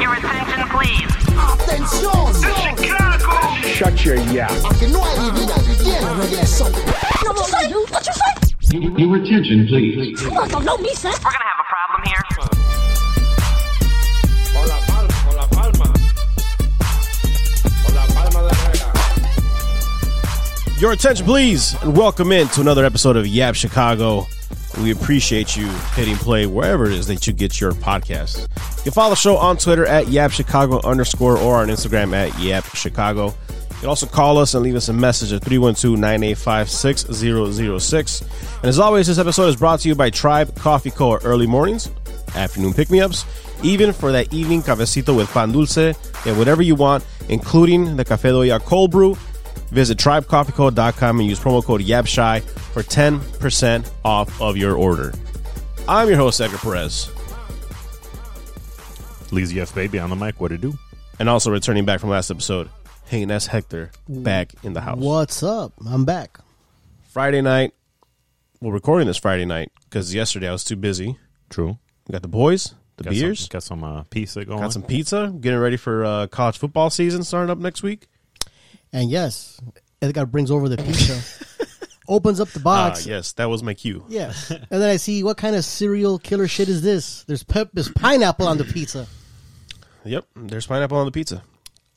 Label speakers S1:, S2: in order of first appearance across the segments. S1: your attention, please.
S2: Attention!
S3: Shut your yap.
S2: You know I did that again and again, son.
S4: No, what you say? What you say?
S5: Your attention, please.
S4: Fuck, don't know me, son.
S1: We're gonna have a problem here.
S6: Con la palma, con la palma. Con la palma de la verga.
S7: Your attention, please, and welcome in to another episode of Yap Chicago. We appreciate you hitting play wherever it is that you get your podcasts. You can follow the show on Twitter at Yap Chicago underscore or on Instagram at Yap Chicago. You can also call us and leave us a message at 312-985-6006. And as always, this episode is brought to you by Tribe Coffee Co. Early Mornings, Afternoon Pick-Me-Ups, even for that evening cafecito with pan dulce and whatever you want, including the Café Doya cold brew Visit tribecoffeeco.com and use promo code YAPSHY for 10% off of your order. I'm your host, Edgar Perez,
S8: Lazy F baby on the mic. What to do?
S7: and also returning back from last episode, hey, and that's Hector back in the house.
S9: What's up? I'm back.
S7: Friday night, we're recording this Friday night because yesterday I was too busy.
S8: True.
S7: We got the boys, the
S8: Got
S7: beers,
S8: Some, got some uh, pizza going.
S7: got some pizza, getting ready for uh, college football season starting up next week.
S9: And yes, Edgar brings over the pizza, opens up the
S7: Ah,
S9: box.
S7: yes, that was my cue.
S9: yeah. And then I see what kind of serial killer shit is this? There's pep, there's pineapple on the pizza.
S7: Yep, there's pineapple on the pizza.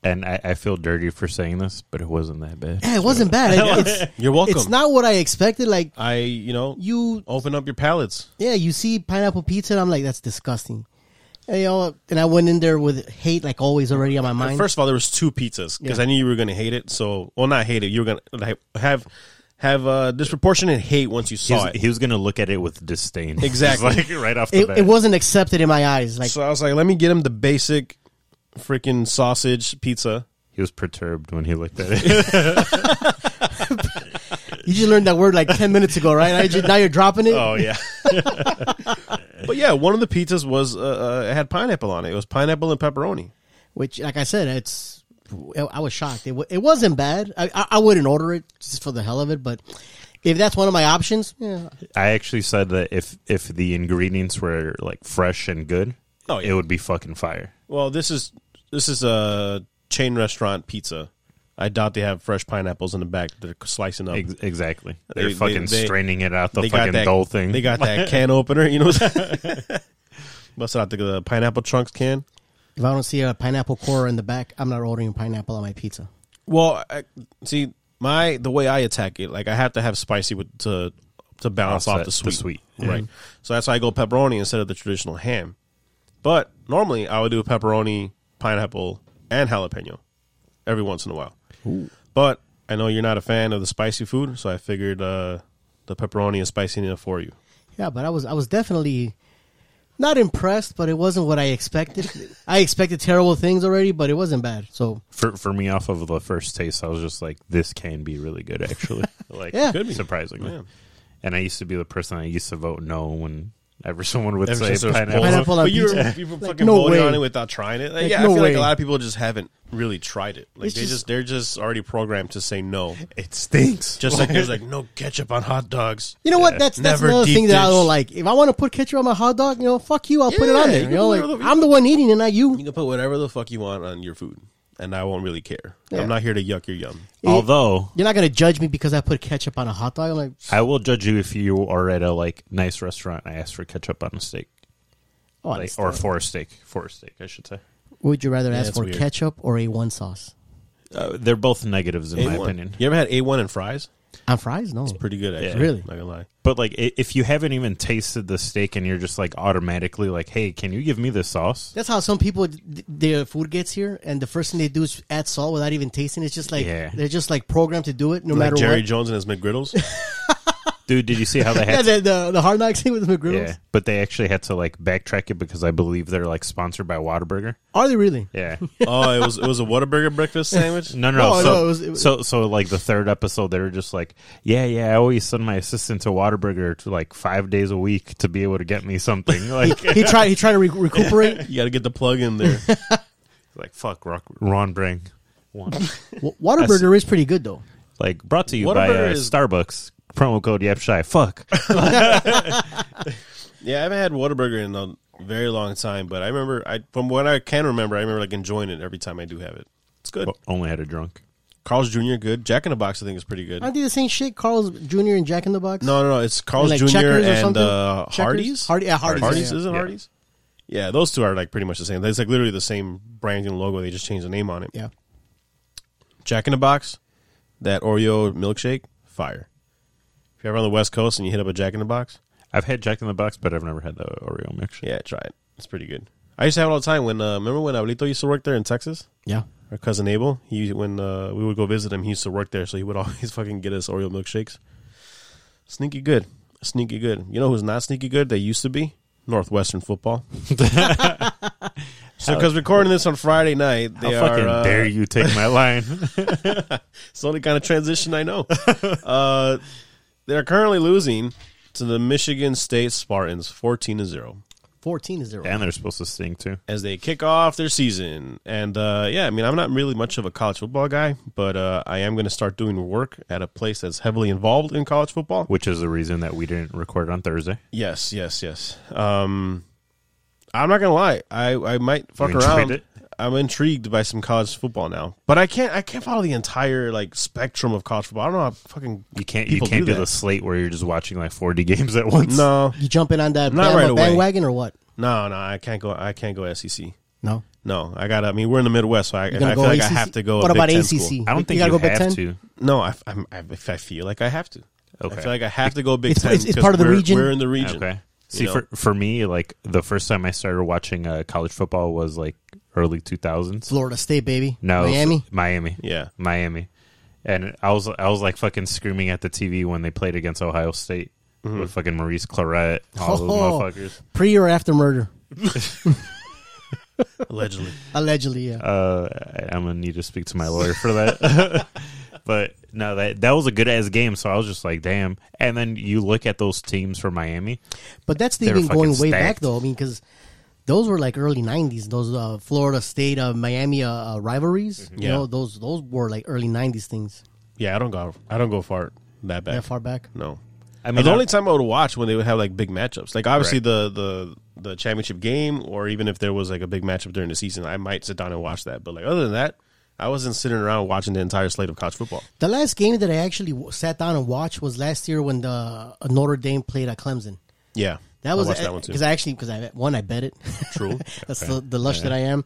S8: and I, I feel dirty for saying this, but it wasn't that bad.
S9: Yeah, it wasn't bad. It- it's,
S7: You're welcome.
S9: it's not what I expected. Like
S7: I, you know,
S9: you,
S7: open up your palates.
S9: yeah, you see pineapple pizza, and I'm like, that's disgusting. And, you know, and I went in there with hate, like always, already on my mind.
S7: First of all, there was two pizzas because I knew you were going to hate it. So, well, not hate it. You were going to like, have have uh, disproportionate hate once you
S8: He
S7: saw
S8: was,
S7: it.
S8: Oh, he was gonna look at it with disdain.
S7: Exactly.
S8: Just like right off the
S9: it,
S8: bat.
S9: it wasn't accepted in my eyes. Like
S7: so I was like, let me get him the basic freaking sausage pizza.
S8: he was perturbed when he looked at it.
S9: you just learned that word like ten minutes ago, right? I just, now you're dropping it.
S7: Oh yeah. but yeah, one of the pizzas was uh, uh, it had pineapple on it. It was pineapple and pepperoni.
S9: which like I said, it's I was shocked. It, wa- it wasn't bad. I, I I wouldn't order it just for the hell of it, but if that's one of my options, yeah,
S8: I actually said that if if the ingredients were like fresh and good,
S7: Oh, yeah.
S8: it would be fucking fire.
S7: Well, this is this is a chain restaurant pizza. I doubt they have fresh pineapples in the back that they're slicing up.
S8: Ex- exactly.
S7: They-
S8: They're
S7: they-
S8: fucking
S7: they-
S8: straining it out the fucking
S7: that,
S8: dole thing.
S7: They got that can opener, you know. Busted out the, the pineapple trunks can.
S9: if I don't see a pineapple core in the back, I'm not ordering pineapple on my pizza.
S7: Well, I, see my the way I attack it, like I have to have spicy with to to balance off
S8: Offset
S7: the
S8: the
S7: sweet,
S8: sweet,
S7: right? So that's why I go pepperoni instead of the traditional ham. But normally I would do pepperoni, pineapple, and jalapeno every once in a while. But I know you're not a fan of the spicy food, so I figured uh, the pepperoni is spicy enough for you.
S9: Yeah, but I was I was definitely not impressed, but it wasn't what I expected. I expected terrible things already, but it wasn't bad. So
S8: for for me off of the first taste, I was just like, this can be really good actually. like
S9: Yeah.
S7: Could be.
S8: surprisingly.
S7: Yeah.
S8: And I used to be the person that used to vote no when ever someone would
S7: Ever
S8: say
S7: since there was
S8: pineapple.
S7: polls.
S9: Pineapple on
S7: but you were,
S9: pizza.
S7: you were
S9: Like,
S7: fucking
S9: no
S7: voting
S9: way.
S7: on it without trying it. Like,
S9: Like,
S7: yeah, I
S9: no
S7: feel like
S9: way.
S7: a lot of people just haven't really tried it. Like
S9: It's
S7: they
S9: just-
S7: just they're just already programmed to say no.
S8: It stinks.
S7: Just like there's like no ketchup on hot dogs.
S9: you know what? That's that's
S7: Never
S9: another
S7: deep
S9: thing that I
S7: dish.
S9: don't like. If I want to put ketchup on my hot dog, you know, fuck you, I'll put it on
S7: Yeah, you
S9: there. You
S7: can
S9: know,
S7: put
S9: like
S7: whatever you
S9: I'm the one eating it, not you.
S7: You can put whatever the fuck you want on your food, and I won't really care.
S9: Yeah.
S7: I'm not here to yuck your yum.
S8: Although
S9: You're not gonna judge me because I put ketchup on a hot dog. I'm like,
S8: I will judge you if you are at a like nice restaurant and I ask for ketchup on a steak.
S9: oh,
S8: Like,
S9: that's
S8: or for a steak. For a steak, I should say.
S9: Would you rather ask
S7: that's
S9: for
S7: weird.
S9: ketchup or a one sauce?
S8: Uh, they're both negatives in my
S7: A1.
S8: opinion.
S7: You ever had a one and fries?
S9: On fries? No.
S7: Pretty good, actually.
S9: Really?
S7: Not gonna lie.
S8: But like i- if you haven't even tasted the steak and you're just like automatically like, "Hey, can you give me this sauce?"
S9: That's how some people th- their food gets here, and the first thing they do is add salt without even tasting. It's just like
S8: Yeah.
S9: they're just like programmed to do it, no
S7: Like
S9: matter
S7: Jerry
S9: what.
S7: Jones and his McGriddles.
S8: Dude, did you see how they
S9: Yeah,
S8: had
S9: the, the the hard knocks thing with the McGriddles.
S8: Yeah, but they actually had to like backtrack it because I believe they're like sponsored by Whataburger.
S9: Are they really?
S8: Yeah.
S7: oh, it was it was a Whataburger breakfast sandwich.
S8: No, no,
S9: No,
S8: so,
S9: no, it was- it was-
S8: so, so, like the third episode, they were just like, "Yeah, yeah." I always send my assistant to Waterburger to like five days a week to be able to get me something. Like,
S9: He tried. He tried to re- recuperate.
S7: You got to get the plug in there.
S8: like fuck, Rock, Ron Brang. One.
S9: W- Whataburger is pretty good though.
S8: like brought to you by uh,
S7: Whataburger is-
S8: Starbucks promo code Yep Shy. Fuck.
S7: yeah, I haven't had Whataburger in a very long time, but I remember I from what I can remember, I remember like enjoying it every time I do have it. It's good.
S8: But only had a drunk.
S7: Carl's Jr. good. Jack in the Box I think is pretty good.
S9: Aren't they the same shit? Carl's Jr. and Jack in the Box.
S7: No, no, no. It's Carl's
S9: Like
S7: Jr.
S9: Checkers or
S7: and
S9: something?
S7: uh,
S9: Checkers?
S7: Hardee's.
S9: Hardy- yeah, Hardee's,
S7: Hardee's
S9: yeah.
S7: is it
S8: Yeah.
S7: Hardee's? Yeah, those two are like pretty much the same. It's like literally the same brand and logo. They just changed the name on it.
S9: Yeah.
S7: Jack in the Box, that Oreo milkshake, fire. If you're ever on the West Coast and you hit up a Jack in the Box,
S8: I've had Jack in the Box, but I've never had the Oreo mix.
S7: yeah, try it. It's pretty good. I used to have it all the time. When uh, remember when Abuelito used to work there in Texas,
S9: Yeah.
S7: our cousin Abel, he when uh, we would go visit him, he used to work there, so he would always fucking get us Oreo milkshakes. Sneaky good, sneaky good. You know who's not sneaky good? They used to be Northwestern football. so because recording this on Friday night,
S8: How
S7: they
S8: fucking
S7: are uh,
S8: dare you take my line?
S7: It's the only kind of transition I know. uh, they're currently losing to the Michigan State Spartans, fourteen to zero.
S9: Fourteen is zero.
S8: and they're supposed to sting too.
S7: as they kick off their season. And uh, yeah, I mean, I'm not really much of a college football guy, but uh, I am going to start doing work at a place that's heavily involved in college football.
S8: Which is the reason that we didn't record on Thursday.
S7: Yes, yes, yes. Um, I'm not gonna lie. I, I might fuck
S8: intrigued
S7: around.
S8: it?
S7: I'm intrigued by some college football now, but I can't. I can't follow the entire like spectrum of college football. I don't know how fucking
S8: You can't
S7: People
S8: you can't
S7: do
S8: do,
S7: that.
S8: the slate where you're just watching like 40 games at once.
S7: no,
S9: You jump in on that
S7: Not
S9: Bama
S7: right away.
S9: bandwagon or what?
S7: no, no. I can't go. I can't go SEC.
S9: No.
S7: No, I gotta. I mean, we're in the Midwest, so I, I
S9: gonna
S7: feel
S9: go
S7: like I
S9: ACC?
S7: have to go. a
S9: What
S7: Big
S9: about
S7: Ten school.
S9: ACC?
S8: I
S9: You
S8: don't think you,
S9: gotta go Big
S8: have
S9: Ten?
S8: to.
S7: No, I, I'm, I, if I feel like I have to.
S8: Okay.
S7: I feel like I have to go Big
S9: It's-
S7: Ten.
S9: it's- it's
S7: 'cause
S9: part of the
S7: we're-
S9: region.
S7: We're in the region.
S8: Okay. See,
S7: You know?
S8: for for me, like the first time I started watching uh, college football was like early 2000s.
S9: Florida State, baby.
S8: No,
S9: Miami.
S8: Miami.
S7: Yeah.
S8: Miami. And I was I was like fucking screaming at the TV when they played against Ohio State
S7: Mm-hmm.
S8: with fucking Maurice Claret, all those
S9: Oh.
S8: motherfuckers.
S9: Pre or after murder?
S7: Allegedly.
S9: Allegedly, yeah.
S8: Uh, I- I'm gonna need to speak to my lawyer for that. but no, that that was a good ass game. So I was just like, damn. And then you look at those teams for Miami.
S9: But that's
S8: They were
S9: even going
S8: fucking
S9: way back
S8: stacked.
S9: though. I mean, because those were like early '90s. Those uh, Florida State, uh, Miami uh, uh, rivalries.
S8: Mm-hmm.
S9: You
S7: Yeah.
S9: know, those those were like early '90s things.
S7: Yeah, I don't go. I don't go far that back.
S9: That far back.
S7: No.
S8: I
S7: But
S8: mean,
S7: the
S8: I-
S7: only time I would watch when they would have like big matchups, like obviously
S8: Right.
S7: the the the championship game, or even if there was like a big matchup during the season, I might sit down and watch that. But like other than that, I wasn't sitting around watching the entire slate of college football.
S9: The last game that I actually w- sat down and watched was last year when the uh, Notre Dame played at Clemson.
S7: Yeah,
S9: That was
S7: I watched that one too.
S9: because I actually because I one I bet it.
S7: True.
S9: That's the, the lush that I am,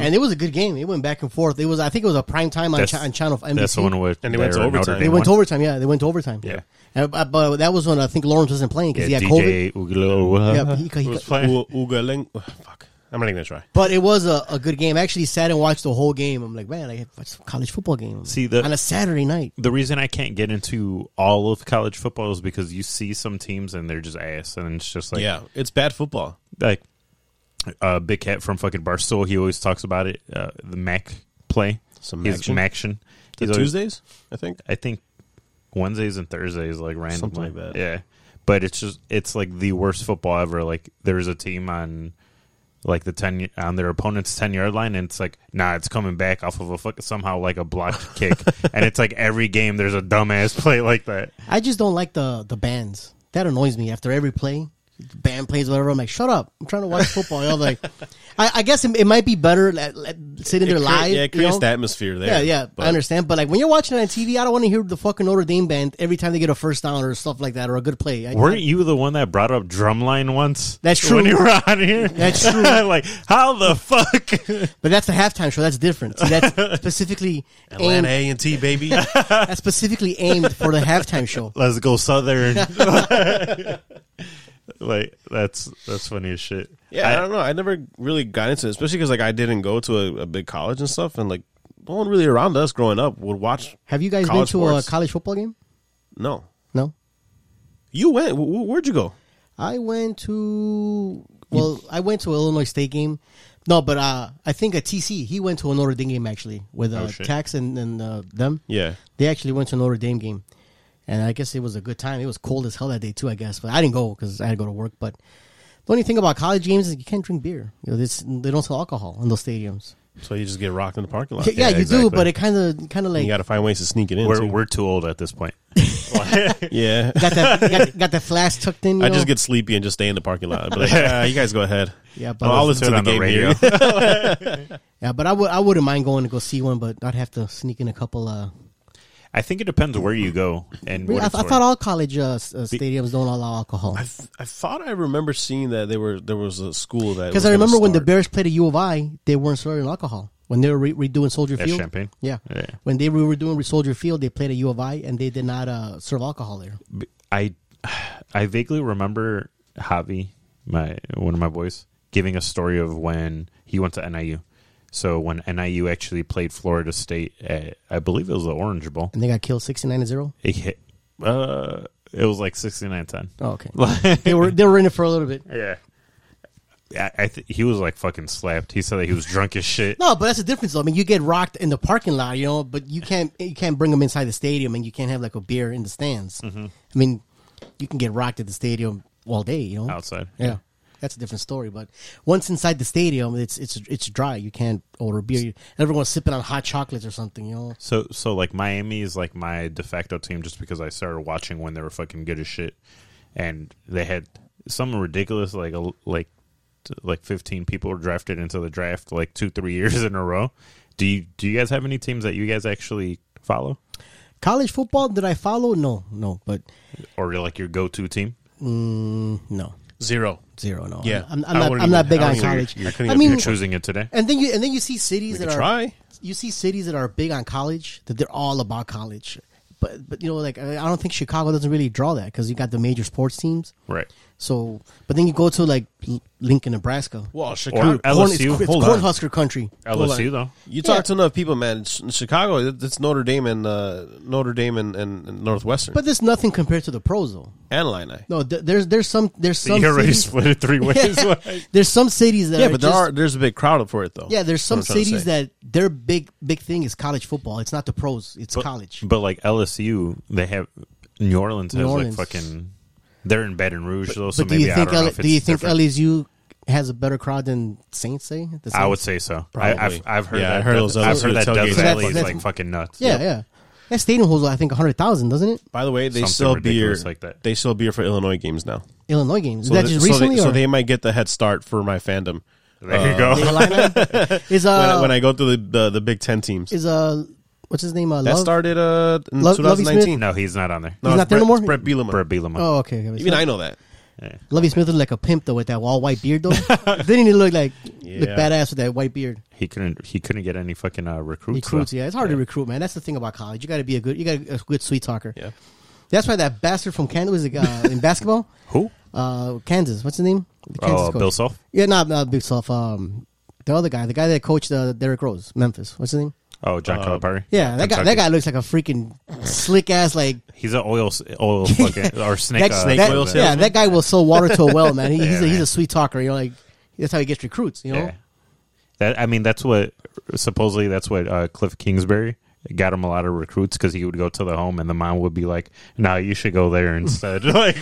S9: and it was a good game. It went back and forth. It was I think it was a prime time on,
S8: Mm-hmm. That's-
S9: cha- on channel NBC.
S8: that's the one with
S7: And they went to overtime.
S9: They
S7: They
S9: went to overtime. Yeah, they went to overtime.
S8: Yeah.
S9: And- but, but that was when I think Lawrence wasn't playing because
S8: Yeah, uh-huh.
S9: he had COVID.
S8: DJ Ugulowa.
S9: Yeah, but he- he-
S8: was playing.
S7: U- Uga Ling- oh, fuck, I'm not even gonna try.
S9: But it was a, a good game. I actually sat and watched the whole game. I'm like, man, I had watched a college football game.
S8: See, the-
S9: on a Saturday night.
S8: the reason I can't get into all of college football is because you see some teams and they're just ass, and it's just like
S7: yeah, it's bad football.
S8: like uh, Big Cat from fucking Barstool. He always talks about it. Uh, the Mac play,
S7: Some
S8: his
S7: Maction?
S8: Maction.
S7: The
S8: He's always-
S7: Tuesdays, I think.
S8: I think Wednesdays and Thursdays, like randomly.
S7: Something like that.
S8: Yeah. But it's just it's like the worst football ever. Like there's a team on like the ten on their opponent's ten yard line, and it's like nah, it's coming back off of a fuck somehow like a blocked kick, and it's like every game there's a dumbass play like that.
S9: I just don't like the the bands. That annoys me. After every play, the band plays whatever. I'm like, shut up. I'm trying to watch football. I'm like, I, I guess it, it might be better like, like, sitting there
S7: It crea-
S9: live.
S7: yeah,
S9: you
S7: it creates
S9: know?
S7: the atmosphere there.
S9: Yeah, yeah,
S7: but-
S9: I understand. But like when you're watching it on TV, I don't want to hear the fucking Notre Dame band every time they get a first down or stuff like that or a good play. I,
S8: Weren't you the one that brought up drumline once?
S9: That's
S8: When
S9: true.
S8: you were on here,
S9: That's true.
S8: like how the fuck?
S9: but that's the halftime show. That's different. See, that's specifically
S7: Atlanta
S9: aimed,
S7: A and T baby.
S9: that's specifically aimed for the halftime show.
S8: Let's go southern. like that's that's funny as shit.
S7: Yeah, I, don't know. I never really got into it, especially because like I didn't go to a, a big college and stuff, and like no one really around us growing up would watch.
S9: Have you guys
S7: college
S9: been to uh,
S7: sports.
S9: a college football game?
S7: No,
S9: No.
S7: you went. W- w- where'd you go?
S9: I went to well, I went to an Illinois State game. No, but uh, I think a TC he went to a Notre Dame game actually with uh,
S8: shit.
S9: Tax and, and uh, them.
S7: Oh, Yeah,
S9: They actually went to a Notre Dame game, and I guess it was a good time. It was cold as hell that day too, I guess, but I didn't go because I had to go to work. But the only thing about college games is you can't drink beer. You know, this, they don't sell alcohol in those stadiums.
S7: so you just get rocked in the parking lot.
S9: Yeah, you
S8: exactly.
S9: do, but it kind of kind of like
S7: Oh, you got to find ways to sneak it in.
S8: We're
S7: too.
S8: we're too old at this point.
S7: yeah,
S9: got that got, got the flask tucked in. You
S7: I just
S9: know?
S7: get sleepy and just stay in the parking lot. I'd be like, ah, you guys go ahead.
S9: Yeah, but
S7: I'll,
S9: I was-
S7: listen to the,
S8: on the
S7: game
S8: radio.
S7: here.
S9: yeah, but I would I wouldn't mind going to go see one, but I'd have to sneak in a couple. Uh,
S8: I think it depends where you go and
S9: I,
S8: what
S9: I
S8: it's for.
S9: thought all college uh, s- uh, stadiums don't allow alcohol.
S7: I thought I remember seeing that they were there was a school that was
S9: Because I
S7: gonna
S9: remember when the
S7: start-
S9: Bears played at U of I, they weren't serving alcohol when they were re- redoing Soldier
S8: At
S9: Field.
S8: Champaign?
S9: yeah.
S8: Yeah.
S9: When they were doing Soldier Field, they played at U of I, and they did not uh, serve alcohol there.
S8: I I vaguely remember Javi, my one of my boys, giving a story of when he went to NIU. So when NIU actually played Florida State, at, I believe it was the Orange Bowl.
S9: And they got killed sixty nine to zero.
S8: It hit. Uh, it was like sixty nine ten.
S9: Oh, okay. they were they were in it for a little bit.
S8: Yeah. I, I th- he was like fucking slapped. He said that he was drunk as shit.
S9: No, but that's the difference. Though. I mean, you get rocked in the parking lot, you know, but you can't you can't bring them inside the stadium, and you can't have like a beer in the stands.
S7: Mm-hmm.
S9: I mean, you can get rocked at the stadium all day, you know.
S8: Outside.
S9: yeah, that's a different story. But once inside the stadium, it's it's it's dry. You can't order beer. Everyone's sipping on hot chocolates or something, you know.
S8: So so like Miami is like my de facto team just because I started watching when they were fucking good as shit, and they had some ridiculous like a, like t- like fifteen people were drafted into the draft like two three years in a row. Do you do you guys have any teams that you guys actually follow
S9: College football? Did I follow? No, no, but
S8: or like your go to team?
S9: no,
S7: zero.
S9: zero, no.
S7: Yeah.
S9: I'm,
S7: I
S9: I'm not.
S7: wouldn't
S9: I'm not
S7: even-
S9: big
S7: I
S9: on
S7: wouldn't even-
S9: college.
S7: I couldn't
S9: I
S7: even
S9: mean,
S8: You're choosing it today.
S9: and then you and then you see cities that
S7: could
S9: are
S7: try.
S9: you see cities that are big on college that they're all about college but but you know like i I don't think chicago doesn't really draw that because you got the major sports teams
S8: Right.
S9: so but then you go to like L- lincoln nebraska
S7: Well,
S8: Chicago-
S7: Chicago.
S8: Or-
S9: Corn-
S8: LSU?
S9: it's, it's
S8: Hold on.
S9: cornhusker country
S8: LSU though.
S7: You talk
S9: Yeah.
S7: to enough people, man. Ch- Chicago, it- it's Notre Dame and uh, Notre Dame and, and, and Northwestern
S9: but there's nothing compared to the pros though
S7: and Illini.
S9: no th- there's there's some there's some
S8: You already
S9: cities,
S8: split it three ways.
S9: there's some cities that
S7: Yeah,
S9: are
S7: but there
S9: just-
S7: are there's a big crowd for it though.
S9: yeah there's
S7: That's what I'm
S9: some
S7: trying to
S9: cities
S7: say.
S9: that their big big thing is college football it's not the pros it's college
S8: But like LSU, they have New Orleans has
S9: New Orleans.
S8: like fucking. They're in Baton Rouge though, so
S9: but do
S8: maybe
S9: you think
S8: I don't know
S9: L- E
S8: if it's
S9: do you think
S8: different.
S9: LSU has a better crowd than Saints? Say The
S8: I would
S9: Saints?
S8: say so. I,
S7: Probably.
S8: I've, I've heard
S7: Yeah,
S8: that.
S7: I heard those
S8: I've
S7: LSU
S8: heard that
S7: tailgates.
S8: Dove
S7: So
S9: that's-
S8: Valley is
S9: that's-
S8: like fucking nuts.
S9: Yeah, yeah. That stadium holds, I think, hundred thousand, doesn't it?
S7: By the way, they
S8: Something
S7: sell beer.
S8: ridiculous like that.
S7: They sell beer for Illinois games now.
S9: Illinois games. Is
S7: So
S9: that
S7: they-
S9: just
S7: so they-
S9: recently?
S7: so
S9: or?
S7: they might get the head start for my fandom.
S8: There you
S7: Uh,
S8: go.
S9: Illini? is uh
S7: when, I, when I go through the, the, the Big Ten teams.
S9: is uh what's his name? Uh,
S7: that
S9: Love?
S7: started uh, in
S9: Lo- Lovie
S7: 2019.
S8: No, he's not on there.
S7: No,
S9: He's
S7: it's
S9: not there no
S7: Brett-
S9: more?
S7: it's Brett Bielema.
S8: Brett Bielema.
S9: Oh, okay. okay.
S7: Even I know that.
S9: Lovey Smith looked like a pimp though with that all white beard though. Didn't he look like look
S7: Yeah.
S9: badass with that white beard?
S8: He couldn't. He couldn't get any fucking uh, recruits.
S9: Recruits,
S8: though.
S9: yeah. It's hard to recruit, man. That's the thing about college. You got to be a good, you got to a good sweet talker.
S7: Yeah.
S9: That's why that bastard from Kansas was uh, in basketball.
S8: Who?
S9: uh, Kansas. What's his name? The Kansas
S8: Oh,
S9: coach.
S8: Bill Self.
S9: Yeah, not uh, Big Self. Um, the other guy, the guy that coached uh, Derrick Rose, Memphis. What's his name?
S8: Oh,
S7: Uh,
S8: John Calipari.
S9: Yeah, that guy. That
S8: Kentucky.
S9: guy looks like a freaking slick ass like
S8: He's an oil, oil fucking or snake.
S9: that,
S8: uh,
S9: that-
S7: oil
S9: Yeah,
S7: salesman.
S9: that guy will sell water to a well, man. He, he's a,
S8: Yeah,
S9: he's
S8: man.
S9: a sweet talker. You know, like that's how he gets recruits. You know,
S8: Yeah. That I mean, that's what supposedly that's what uh, Cliff Kingsbury got him a lot of recruits because he would go to the home and the mom would be like, "No, you should go there instead." like,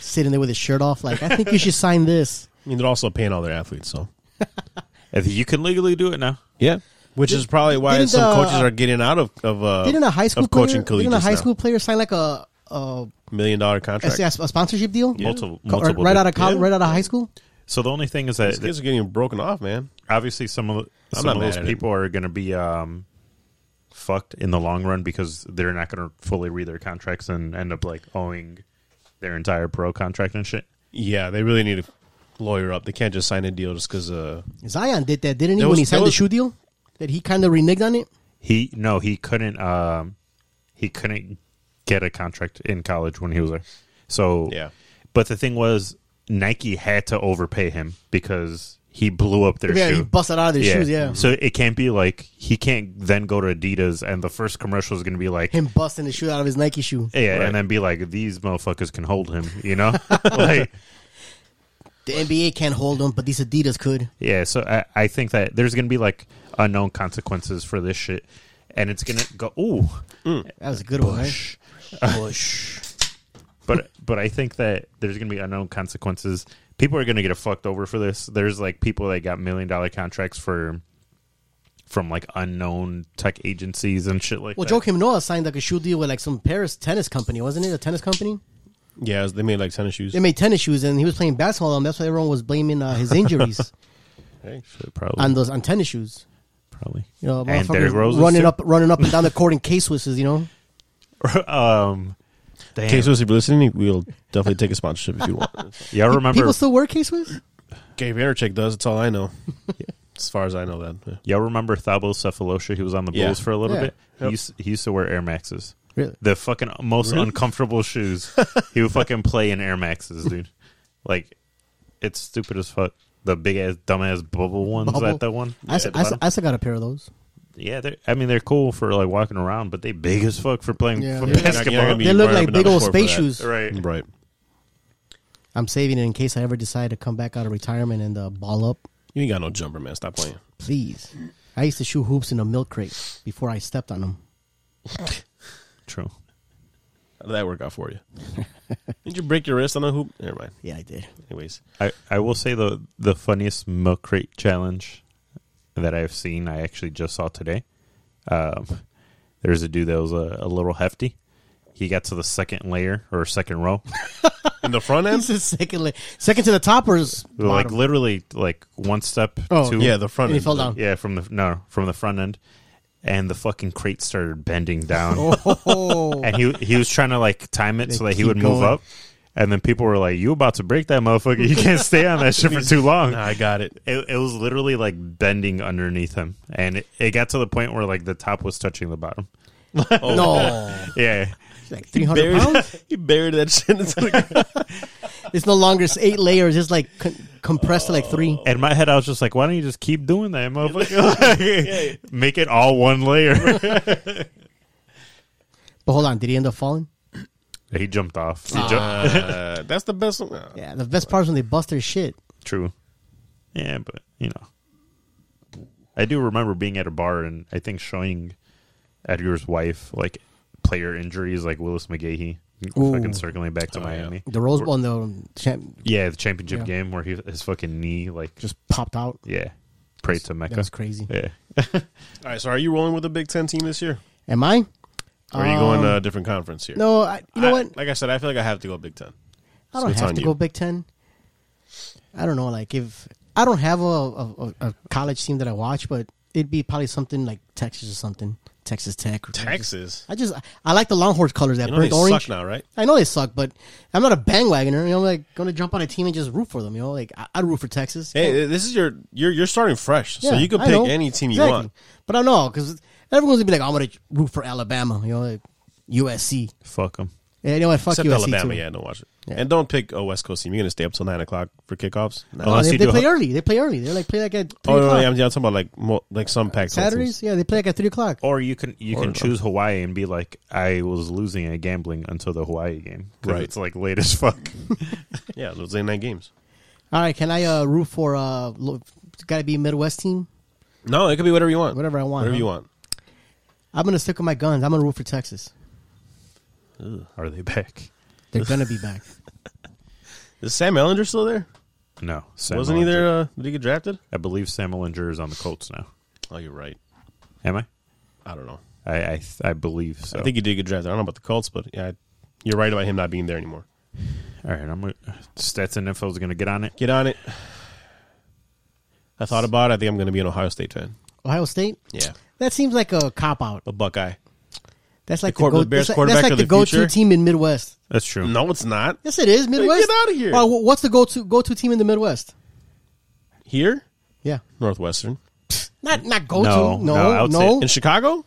S9: sitting there with his shirt off, like I think you should sign this.
S7: I mean, they're also paying all their athletes, so.
S8: I think you can legally do it now.
S7: Yeah. Which is probably why
S9: didn't,
S7: some
S9: uh,
S7: coaches are getting out of of uh,
S9: Didn't a high school
S7: of coaching
S9: player,
S7: collegiate
S9: didn't a high school player sign like a a,
S7: million dollar
S9: a,
S7: contract.
S9: a sponsorship deal?
S8: Multiple-
S9: Co- or
S8: multiple
S9: right
S8: deal.
S9: out of college,
S7: Yeah.
S9: right out of high school.
S8: So the only thing is
S7: These
S8: that
S7: kids are getting broken off, man.
S8: obviously some of
S7: I'm
S8: some
S7: not
S8: of
S7: mad
S8: those
S7: at it.
S8: people are going to be um, fucked in the long run because they're not going to fully read their contracts and end up like owing their entire pro contract and shit.
S7: Yeah, they really need to lawyer up. They can't just sign a deal just because. Uh,
S9: Zion did that, didn't he?
S7: There
S9: when
S7: was-
S9: he signed
S7: there
S9: the
S7: was-
S9: shoe deal, that he kind of reneged on it.
S8: He no, he couldn't. Um, he couldn't get a contract in college when he was there. So
S7: Yeah.
S8: but the thing was Nike had to overpay him because he blew up their
S9: Yeah,
S8: shoe.
S9: he busted out of their shoes. Yeah,
S8: So it can't be like he can't then go to Adidas and the first commercial is going to be like
S9: him busting the shoe out of his Nike shoe.
S8: Yeah, and then be like, these motherfuckers can hold him, you know? like,
S9: The NBA can't hold him, but these Adidas could.
S8: yeah, so I, I think that there's going to be like unknown consequences for this shit. And it's going to go, ooh.
S9: That was a good one, right? Bush.
S8: But, but I think that there's going to be unknown consequences. People are going to get fucked over for this. There's like people that got million dollar contracts for. From like unknown tech agencies and shit like
S9: Well,
S8: that.
S9: Joakim Noah signed like a shoe deal with like some Paris tennis company, wasn't it? A tennis company.
S7: Yeah, it was- they made like tennis shoes.
S9: They made tennis shoes, and he was playing basketball, and that's why everyone was blaming uh, his injuries
S7: Hey, shit, probably.
S9: on those on tennis shoes.
S8: probably.
S9: You know,
S8: and
S9: motherfuckers
S8: Derrick Rose
S9: running up, running up and down the court in K Swisses. You know,
S8: up. um, damn.
S7: Okay, so if you're listening, we'll definitely take a sponsorship if you want.
S8: Y'all remember?
S9: people still wear K Swiss.
S7: Gabe Vaynerchuk does. That's all I know. as far as I know, that. Yeah.
S8: Y'all remember Thabo Cephalosha? He was on the
S7: Yeah.
S8: Bulls for a little
S9: Yeah.
S8: bit. He, used, he used to wear Air Maxes.
S9: Really?
S8: The fucking most uncomfortable shoes. he would fucking play in Air Maxes, dude. Like, it's stupid as fuck. The big ass, dumb ass bubble ones
S9: Bubble.
S8: at that one.
S9: I, s-
S8: at the
S9: I s-
S8: bottom.
S9: I still got a pair of those.
S8: yeah, they're, I mean, they're cool for like walking around, but they big as fuck for playing
S9: Yeah,
S8: for
S9: they're-
S7: You're not
S8: basketball.
S7: gonna be
S9: They look
S7: running
S9: like
S7: up and down
S9: big
S7: the
S9: old
S7: court for
S9: space
S7: that.
S9: shoes.
S8: right.
S7: Right.
S9: I'm saving it in case I ever decide to come back out of retirement and uh, ball up.
S7: You ain't got no jumper, man. Stop playing.
S9: Please, I used to shoot hoops in a milk crate before I stepped on them.
S8: True.
S7: How did that work out for you? Did you break your wrist on a hoop? Never mind.
S9: Yeah, I did.
S7: Anyways,
S8: I, I will say the the funniest milk crate challenge that I've seen I actually just saw today. Um, there's a dude that was a, a little hefty. He got to the second layer or second row,
S7: in the front
S9: This
S7: end.
S9: is second, la- second to the toppers.
S8: like literally like one step.
S9: Oh.
S8: to,
S7: yeah, the front.
S9: And he
S7: end.
S9: fell down.
S8: yeah, from the no from the front end, and the fucking crate started bending down.
S9: Oh,
S8: and he he was trying to like time it so
S9: Like,
S8: that he
S9: keep
S8: would move
S9: going.
S8: up. And then people were like, "You about to break that motherfucker? You can't stay on that shit for too long."
S7: Nah, I got it.
S8: It, it was literally like bending underneath him, and it, it got to the point where like the top was touching the bottom.
S9: no,
S8: Yeah,
S9: like three hundred
S7: Buried-
S9: pounds.
S7: he buried that shit into the
S9: It's no longer s- eight layers. It's like con- compressed to like three.
S7: Oh.
S8: in my head I was just like, "Why don't you just keep doing that, motherfucker? Like, Make it all one layer."
S9: But hold on, did he end up falling?
S8: he jumped off. He jumped.
S7: uh, That's the best. One.
S9: Yeah, the best part is when they bust their shit.
S8: True. Yeah, but you know, I do remember being at a bar and I think showing Edgar's wife like player injuries, like Willis McGahee, fucking circling back to Miami.
S9: Oh, The Rose Bowl, and the champ
S8: Yeah, the championship
S9: Yeah.
S8: game where he, his fucking knee, like,
S9: just popped out.
S8: yeah, pray to Mecca.
S9: That was crazy.
S8: Yeah.
S7: All right. So, are you rolling with the Big Ten team this year?
S9: Am I?
S7: Or are you going to a different conference here?
S9: Um, No, I, you know
S7: I-
S9: what?
S7: Like I said, I feel like I have to go Big Ten.
S9: I
S7: so
S9: don't
S7: it's
S9: have
S7: on
S9: to
S7: you.
S9: go Big Ten. I don't know. Like if I don't have a, a, a- a college team that I watch, but it'd be probably something like Texas or something. Texas Tech. Or
S7: Texas.
S9: I just I like the Longhorns colors that
S7: You know they
S9: burnt orange.
S7: suck now, right?
S9: I know they suck, but I'm not a bandwagoner. You know, I'm like going to jump on a team and just root for them. You know, like I, I'd root for Texas.
S7: Hey, this is your you're you're starting fresh, so
S9: Yeah,
S7: you can
S9: I
S7: pick
S9: know.
S7: any team you
S9: Exactly.
S7: want.
S9: But I know because everyone's gonna be like, I'm gonna root for Alabama. You know, like USC.
S8: Fuck him.
S9: Yeah, you know what? Fuck
S7: Except
S9: USC
S7: Alabama,
S9: too.
S7: yeah, don't watch it. And don't pick a West Coast team. You're gonna stay up till nine o'clock for kickoffs. No.
S8: Unless
S9: They,
S8: you
S9: they
S8: do
S9: play
S8: ho-
S9: early. They play early. They like play like at three
S7: Oh no,
S9: o'clock.
S7: no, I'm, I'm talking about like mo- like some pack
S9: Saturdays, yeah, they play like at three o'clock.
S8: Or you can you can choose Hawaii and be like, I was losing at gambling until the Hawaii game. 'Cause
S7: Right.
S8: It's like late as fuck.
S7: Yeah, those late night games.
S9: All right, can I uh, root for? Uh, lo- Got to be a Midwest team.
S7: No, it could be whatever you want.
S9: Whatever I want,
S7: Whatever
S9: huh?
S7: you want.
S9: I'm gonna stick with my guns. I'm gonna root for Texas.
S8: Are they back?
S9: They're gonna be back.
S7: Is Sam Ellinger still there?
S8: No. Sam
S7: Wasn't he
S8: Ellinger.
S7: there? Uh, did he get drafted?
S8: I believe Sam Ellinger is on the Colts now.
S7: Oh, you're right.
S8: Am I?
S7: I don't know.
S8: I I, I believe so.
S7: I think he did get drafted. I don't know about the Colts, but yeah, I- you're right about him not being there anymore.
S8: All right, I'm gonna, stats and info is going to get on it.
S7: Get on it. I thought about it. I think I'm going to be an Ohio State fan.
S9: Ohio State.
S7: Yeah,
S9: That seems like a cop out.
S7: a Buckeye.
S9: That's like
S7: The quarter-
S9: go-
S7: the Bears
S9: that's like-
S7: quarterback
S9: that's like
S7: of
S9: the,
S7: the
S9: go-to
S7: future?
S9: team in Midwest.
S8: That's true.
S7: No, it's not.
S9: Yes, it is Midwest.
S7: Get outta here.
S9: All right, wh- what's the go-to go-to team in the Midwest?
S7: Here,
S9: Yeah,
S7: Northwestern
S9: not not go-to.
S8: No,
S9: No,
S8: no, I
S9: no.
S8: would say-
S7: in Chicago.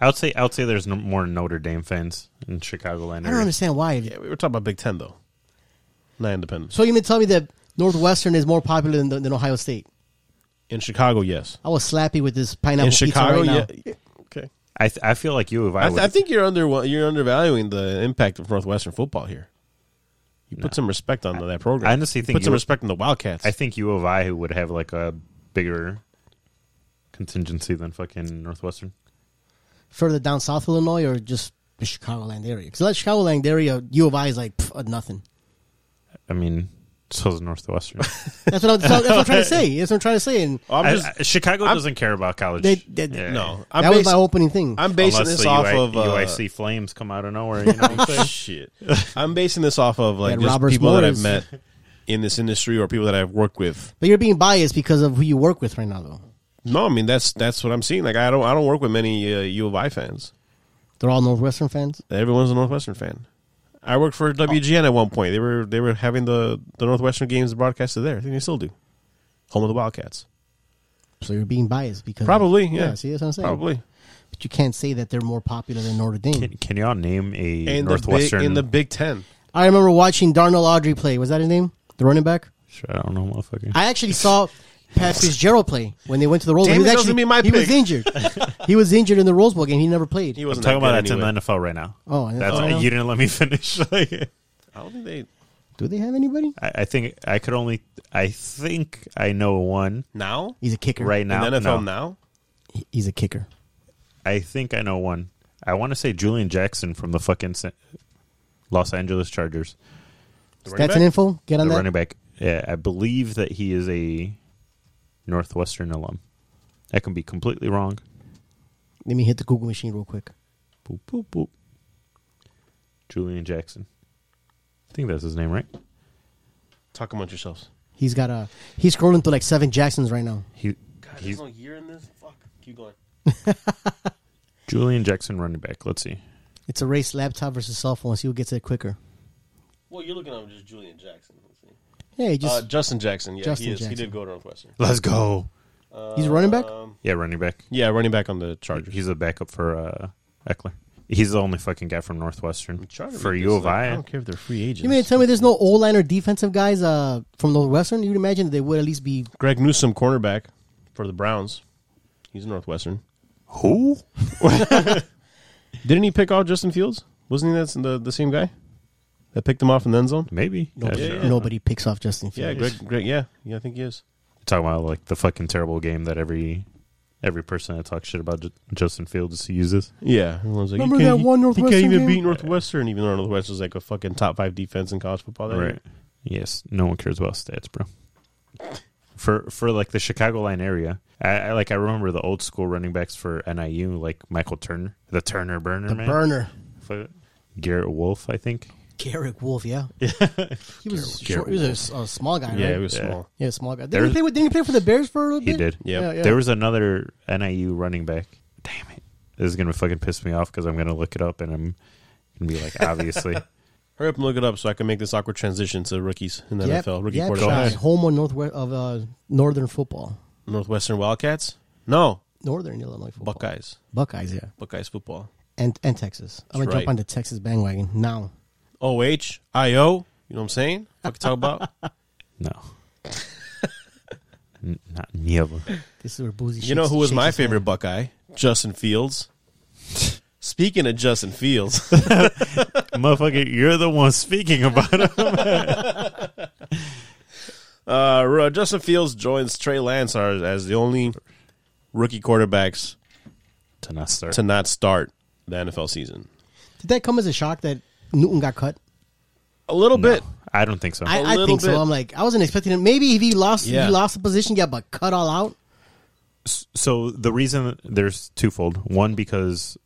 S8: I'd say I'd say there's no, more Notre Dame fans in Chicagoland.
S9: I don't
S8: area.
S9: understand why.
S7: Yeah, we were talking about Big Ten though. Not independent
S9: So you mean to tell me that Northwestern is more popular than, than Ohio State?
S7: in Chicago. Yes,
S9: I was slappy with this pineapple
S7: in
S9: pizza
S7: Chicago.
S9: right now.
S7: yeah. Okay.
S8: I th- I feel like you have.
S7: I,
S8: I,
S7: th- I think you're under you're undervaluing the impact of Northwestern football here. You put some respect on that program.
S8: I honestly
S7: You
S8: think
S7: put
S8: you
S7: some
S8: would-
S7: respect on the Wildcats.
S8: I think U of I would have like a bigger contingency than fucking Northwestern.
S9: further down South Illinois or just the uh, Chicagoland area? Because that Chicagoland area, U of I is like pff, a nothing.
S8: I mean, So is Northwestern.
S9: That's what, I, that's what I'm trying to say. That's what I'm trying to say. And
S7: I'm
S8: I-
S7: just
S8: I- Chicago doesn't care about college.
S9: they, they,
S8: Yeah.
S7: Oh, no. I'm
S9: that was
S7: basi-
S9: my opening thing.
S7: I'm basing
S8: Unless
S7: this
S8: the
S7: off
S8: UI
S7: of uh,
S8: UIC Flames come out of nowhere. You know what I'm saying?
S7: shit. I'm basing this off of like
S9: That
S7: just
S9: Robert's
S7: people that I've
S9: Morris.
S7: met in this industry or people that I've worked with.
S9: but you're being biased because of who you work with right now, though.
S7: No, I mean that's that's what I'm seeing. Like I don't I don't work with many uh, U of I fans.
S9: They're all Northwestern fans.
S7: Everyone's a Northwestern fan. I worked for WGN at one point. They were they were having the the Northwestern games broadcasted there. I think they still do. Home of the Wildcats.
S9: So you're being biased because
S7: Probably, yeah.
S9: see, that's what I'm saying.
S7: Probably.
S9: but you can't say that they're more popular than Notre Dame.
S8: Can, can y'all name a
S7: In
S8: Northwestern?
S7: the big, in the Big 10.
S9: I remember watching Darnell Audrey play. Was that his name? The running back.
S8: Shit, I don't know, motherfucker.
S9: I actually saw Pat Fitzgerald play when they went to the Rose Bowl.
S7: Damn,
S9: he was
S7: it wasn't me,
S9: actually
S7: my
S9: he was
S7: pick.
S9: injured. he was injured in the Rose Bowl game. He never played.
S7: He
S8: I'm
S7: wasn't
S8: talking about
S7: that
S8: that's
S7: good anyway.
S8: in the NFL right now.
S9: Oh, in the
S8: that's
S9: NFL?
S8: you didn't let me finish. Like,
S7: I don't think they
S9: Do they have anybody?
S8: I, I think I could only. I think I know one
S7: now
S9: He's a kicker.
S8: right now.
S7: in the
S8: No.
S7: NFL now.
S9: He- He's a kicker.
S8: I think I know one. I want to say Julian Jackson from the fucking Sa- Los Angeles Chargers,
S7: The running
S9: That's an
S7: back?
S9: info. Get on
S8: the
S9: that.
S8: running back. Yeah, I believe that he is a Northwestern alum. I can be completely wrong.
S9: Let me hit the Google machine real quick.
S8: Boop, boop, boop. Julian Jackson. I think that's his name, right?
S7: Talk amongst yourselves.
S9: He's got a. He's scrolling through like seven Jacksons right now.
S8: He, he's
S7: year in this. Fuck. Keep going.
S8: Julian Jackson running back. Let's see.
S9: It's a race laptop versus cell phone. See who gets it quicker.
S7: Well, you're looking at just Julian Jackson.
S9: Yeah, he
S7: Uh,
S9: just
S7: Justin Jackson. Yeah,
S9: Justin
S7: he is. He
S9: Jackson.
S7: did go to Northwestern.
S8: Let's go.
S9: he's a running back.
S8: Yeah, running back.
S7: Yeah, running back on the Chargers.
S8: He's a backup for uh, Eckler. He's the only fucking guy from Northwestern
S7: Trying to
S8: for
S7: read
S8: U
S7: this,
S8: of
S7: like,
S8: I.
S7: I don't care if they're free agents.
S9: You mean to tell me there's no O line or defensive guys uh, from Northwestern? You'd imagine they would at least be.
S7: Greg Newsom, cornerback for the Browns. He's Northwestern.
S8: Who?
S7: Didn't he pick off Justin Fields? Wasn't he that's the, the same guy that picked him off in the end zone?
S8: Maybe.
S9: Nobody,
S8: Yeah, yeah.
S9: nobody picks off Justin
S7: Yeah,
S9: Fields.
S7: Greg. Greg. Yeah, yeah, I think he is.
S8: Talking about like the fucking terrible game that every every person that talks shit about J- Justin Fields uses.
S7: Yeah, everyone's like,
S9: Remember
S7: you can't-
S9: that one
S7: you
S9: Northwestern
S7: can't even
S9: game?
S7: beat Northwestern, even though Northwestern's like a fucking top five defense in college football. That
S8: Right.
S7: year.
S8: Yes. No one cares about stats, bro. For for like the Chicagoland area, I, I like I remember the old school running backs for NIU, like Michael Turner, the Turner burner,
S9: the
S8: man,
S9: burner.
S8: Fu- Garrett Wolf, I think.
S9: Garrett Wolf, yeah. he was
S8: Garrett
S9: short, he was a, a small guy,
S7: Yeah,
S9: right?
S7: it was
S8: Yeah.
S7: small.
S9: yeah, small guy. Didn't
S8: There's-
S9: he, play with, didn't he play for the Bears for a little
S8: He
S9: bit?
S8: did.
S7: Yep.
S9: Yeah, yeah.
S8: There was another NIU running back. Damn it! This is gonna fucking piss me off because I'm gonna look it up and I'm gonna be like, obviously,
S7: Hurry up and look it up so I can make this awkward transition to rookies in the
S9: Yep,
S7: NFL. Rookie
S9: yep,
S7: quarterbacks.
S9: Shy. Home on Northwest of uh, Northern football,
S7: Northwestern Wildcats. No,
S9: Northern Illinois football.
S7: Buckeyes.
S9: Buckeyes, yeah,
S7: Buckeyes football.
S9: and and Texas. I'm gonna
S7: That's right.
S9: jump on the Texas bandwagon now.
S7: O H I O. You know what I'm saying? I can talk about.
S8: no, N- not never.
S9: This is where Boozy.
S7: You know
S9: shakes-
S7: who was
S9: shakes
S7: my
S9: his
S7: favorite
S9: head.
S7: Buckeye? Justin Fields. Speaking of Justin Fields, uh,
S8: Motherfucker, you're the one speaking about it.
S7: uh, Ru- Justin Fields joins Trey Lance as- as the only rookie quarterbacks
S8: To not start.
S7: to not start the NFL season.
S9: Did that come as a shock that Newton got cut?
S7: A little
S8: No,
S7: bit.
S8: I don't think so.
S9: I,
S7: A
S9: I
S7: little
S9: think
S7: bit.
S9: so. I'm like, I wasn't expecting him. Maybe if he lost, if
S7: Yeah.
S9: he lost the position, yeah, but cut all out.
S8: so the reason there's twofold. One because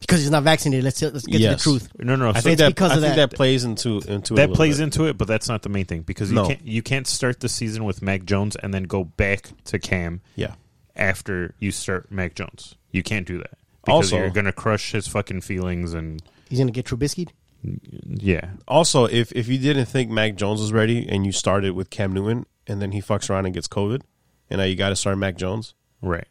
S9: because he's not vaccinated. Let's let's get
S7: Yes.
S9: to the truth.
S8: no, no,
S7: I
S8: so
S7: think
S9: it's
S7: that
S9: because
S7: I
S9: of
S7: think
S9: that.
S7: that plays into into it a
S8: that
S7: little
S8: plays
S7: bit.
S8: into it, but that's not the main thing because you
S7: No.
S8: can't you can't start the season with Mac Jones and then go back to Cam
S7: Yeah.
S8: after you start Mac Jones. You can't do that because
S7: Also-
S8: you're gonna crush his fucking feelings and
S9: He's gonna get Trubisky.
S8: yeah.
S7: Also, if if you didn't think Mac Jones was ready and you started with Cam Newton and then he fucks around and gets COVID, and now you got to start Mac Jones,
S8: Right.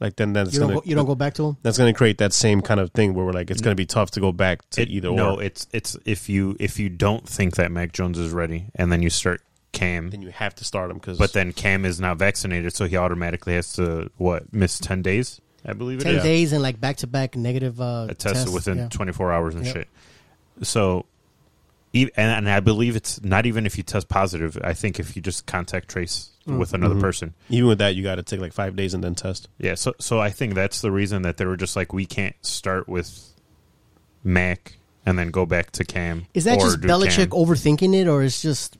S7: like then that's
S9: You don't
S7: gonna
S9: go, you don't go back to him.
S7: that's gonna create that same kind of thing where we're like it's gonna be tough to go back to
S8: It-
S7: either
S8: no,
S7: or.
S8: it's it's if you if you don't think that Mac Jones is ready and then you start Cam
S7: then you have to start him because
S8: But then Cam is not vaccinated, so he automatically has to what miss ten days, I believe it is.
S9: Ten days and like back to back negative uh,
S8: A test
S9: tests.
S8: within
S9: Yeah.
S8: twenty four hours and
S9: Yep.
S8: shit. So, e- and, and I believe it's not even if you test positive. I think if you just contact trace
S9: Mm.
S8: with another
S9: Mm-hmm.
S8: person.
S7: even with that you got to take like five days and then test.
S8: Yeah. So so I think that's the reason that they were just like we can't start with Mac and then go back to Cam.
S9: Is that
S8: or
S9: just
S8: do Cam.
S9: Belichick overthinking it, or is just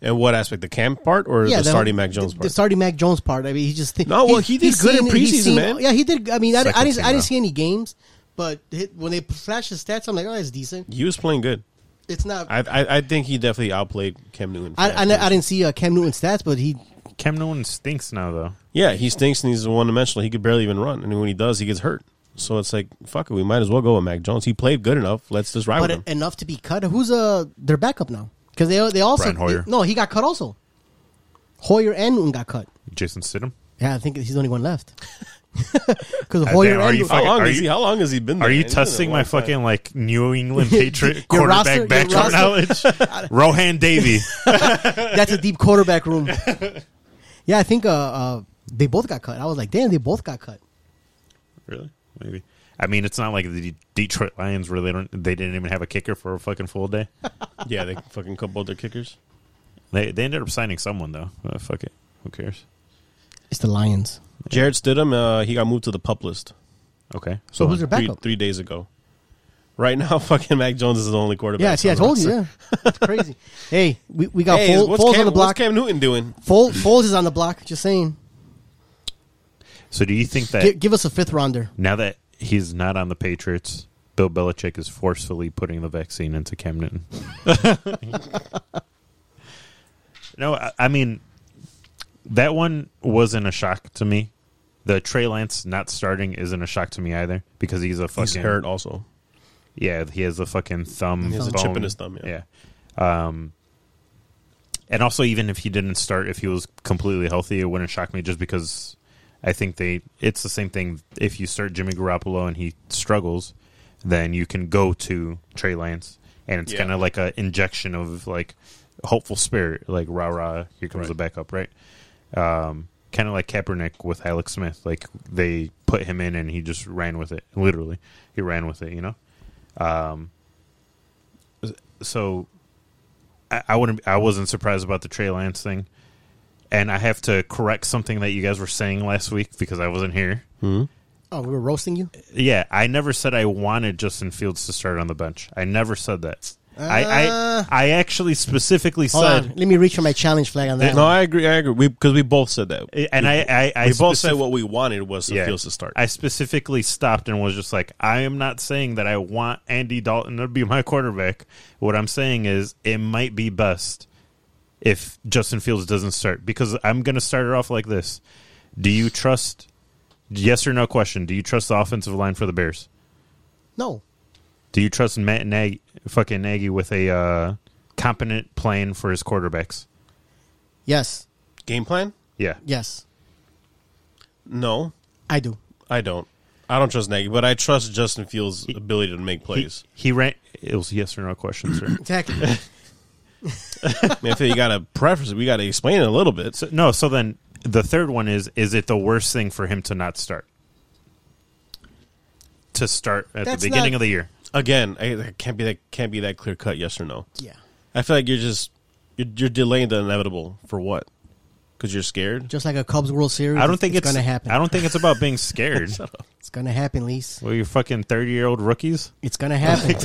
S7: And what aspect? The camp part or the, starting Mac Jones
S9: the,
S7: part?
S9: The starting Mac Jones part. I mean, he just thi-
S7: No, well, he did
S9: he's
S7: good in
S9: he's
S7: preseason,
S9: seen-
S7: man.
S9: Yeah, he did. I mean, I, I
S8: Second
S9: didn't,
S8: team,
S9: I
S8: though.
S9: didn't see any games, but hit, when they flash his stats, I'm like, oh, it's decent.
S7: he was playing good.
S9: It's not. I
S7: I, I I think he definitely outplayed Cam Newton. for
S9: I,
S7: that
S9: I,
S7: position.
S9: didn't see uh, Cam Newton's stats, but he
S8: Cam Newton stinks now though.
S7: yeah, he stinks and he's one dimensional. He could barely even run, and when he does, he gets hurt. So it's like fuck it, we might as well go with Mac Jones. He played good enough. Let's just ride
S9: but
S7: with him.
S9: enough to be cut. Who's uh their backup now? Because they they also
S8: Brian Hoyer.
S9: no, he got cut also. Hoyer and Newton got cut.
S8: Jason Stidham.
S9: Yeah, I think he's the only one left. Because
S8: damn,
S9: Hoyer
S8: are
S9: and
S8: you
S9: Newton-
S7: How
S8: fucking-
S7: long
S8: are
S7: is
S8: you-
S7: he? How long has he been? there?
S8: Are
S7: He's
S8: you
S7: been there a
S8: testing
S7: long
S8: my
S7: time.
S8: fucking like New England Patriot
S9: Your
S8: quarterback
S9: roster- your
S8: backdoor knowledge? Rohan Davey.
S9: That's a deep quarterback room. yeah, I think uh, uh, they both got cut. I was like, damn, they both got cut.
S8: really? Maybe. I mean, it's not like the De- Detroit Lions where they don't they didn't even have a kicker for a fucking full day.
S7: Yeah, they fucking cut both their kickers.
S8: They they ended up signing someone though. Uh, fuck it. Who cares?
S9: It's the Lions.
S7: Jared Stidham, uh, he got moved to the pup list
S8: Okay.
S9: So who's their
S7: three,
S9: backup?
S7: three days ago. Right now, fucking Mac Jones is the only quarterback.
S9: yeah, see, I
S7: on the
S9: told you.
S7: roster.
S9: Yeah, it's crazy. Hey, we, we got
S7: Hey,
S9: Fol-
S7: what's,
S9: Foles
S7: Cam,
S9: on the
S7: what's
S9: block.
S7: Cam Newton doing?
S9: Fol- Foles is on the block. Just saying.
S8: So do you think that
S9: Gi- give us a fifth rounder.
S8: now that he's not on the Patriots, Bill Belichick is forcefully putting the vaccine into Cam Newton. no, I, I mean that one wasn't a shock to me. The Trey Lance not starting isn't a shock to me either because he's a fucking
S7: He's hurt also.
S8: yeah, he has a fucking thumb.
S7: He has a
S8: bone.
S7: chip in his thumb, yeah.
S8: Yeah. Um, and also, even if he didn't start, if he was completely healthy, it wouldn't shock me just because I think they. It's the same thing. If you start Jimmy Garoppolo and he struggles, then you can go to Trey Lance, and it's
S7: Yeah.
S8: kind of like a injection of like hopeful spirit, like rah rah, here comes the backup, right? Um, kind of like Kaepernick with Alex Smith, like they put him in and he just ran with it. Literally, he ran with it. You know so I, I wouldn't I wasn't surprised about the Trey Lance thing. And I have to correct something that you guys were saying last week because I wasn't here.
S9: Oh, we were roasting you.
S8: Yeah, I never said I wanted Justin Fields to start on the bench. I never said that. I, I I actually specifically
S9: Uh. Hold
S8: said,
S9: on. Let me reach for my challenge flag on that.
S7: uh, No,
S9: one.
S7: I agree. I agree. Because we, both said that.
S8: and I I, I
S7: we both said
S8: specific-
S7: what we wanted was the Fields to start.
S8: I specifically stopped and was just like, I am not saying that I want Andy Dalton to be my quarterback. What I'm saying is it might be best if Justin Fields doesn't start because I'm going to start it off like this. Do you trust? Yes or no question. Do you trust the offensive line for the Bears?
S9: no.
S8: Do you trust Matt Nagy, fucking Nagy, with a uh, competent plan for his quarterbacks?
S9: Yes.
S7: Game plan?
S8: Yeah.
S9: Yes.
S7: No,
S9: I do.
S7: I don't. I don't trust Nagy, but I trust Justin Fields' ability to make
S8: He,
S7: plays.
S8: he ran. It was yes or no question, sir.
S9: Exactly.
S7: I mean, I feel you got to preface it. We got to explain it a little bit.
S8: So, no, so then the third one is is it the worst thing for him to not start? To start at
S9: That's
S8: the beginning
S9: not-
S8: of the year.
S7: Again, I, it can't be that can't be that clear cut. Yes or no?
S9: yeah.
S7: I feel like you're just you're, you're delaying the inevitable for what? Because you're scared.
S9: Just like a Cubs World Series.
S8: I don't think it's,
S9: gonna happen.
S8: I don't think it's about being scared.
S9: It's gonna happen, Lise.
S8: well, you fucking thirty year old rookies.
S9: It's gonna happen.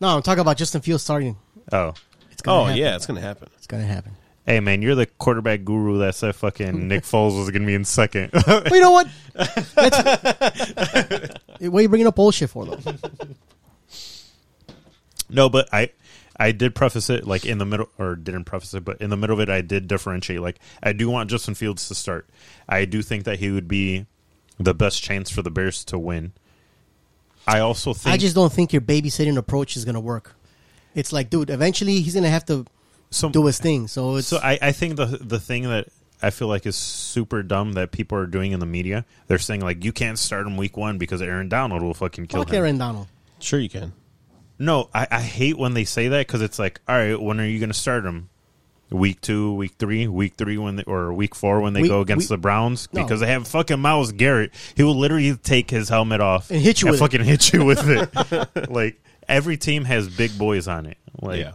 S9: no, I'm talking about Justin Fields starting.
S8: Oh,
S9: It's gonna
S7: Oh
S9: happen.
S7: yeah, it's gonna happen.
S9: It's gonna happen.
S8: hey man, you're the quarterback guru that said fucking Nick Foles was gonna be in second.
S9: Well, you know what? That's- what are you bringing up old shit for, though?
S8: no, but I. I did preface it like in the middle, or didn't preface it, but in the middle of it, I did differentiate. Like, I do want Justin Fields to start. I do think that he would be the best chance for the Bears to win. I also think
S9: I just don't think your babysitting approach is gonna work. It's like, dude, eventually he's gonna have to
S8: some,
S9: do his thing. So it's
S8: So I, I think the the thing that I feel like is super dumb that people are doing in the media, they're saying like you can't start him week one because Aaron Donald will fucking kill
S9: fuck
S8: him.
S9: Aaron Donald.
S7: Sure, you can.
S8: No, I, I hate when they say that because it's like, all right, when are you going to start him? Week two, week three, week three when they, or week four when they
S9: Week-
S8: go against
S9: we-
S8: the Browns
S9: No.
S8: because they have fucking Miles Garrett. He will literally take his helmet off
S9: And hit you with it.
S8: fucking hit you with it. like every team has big boys on it. Like
S7: Yeah.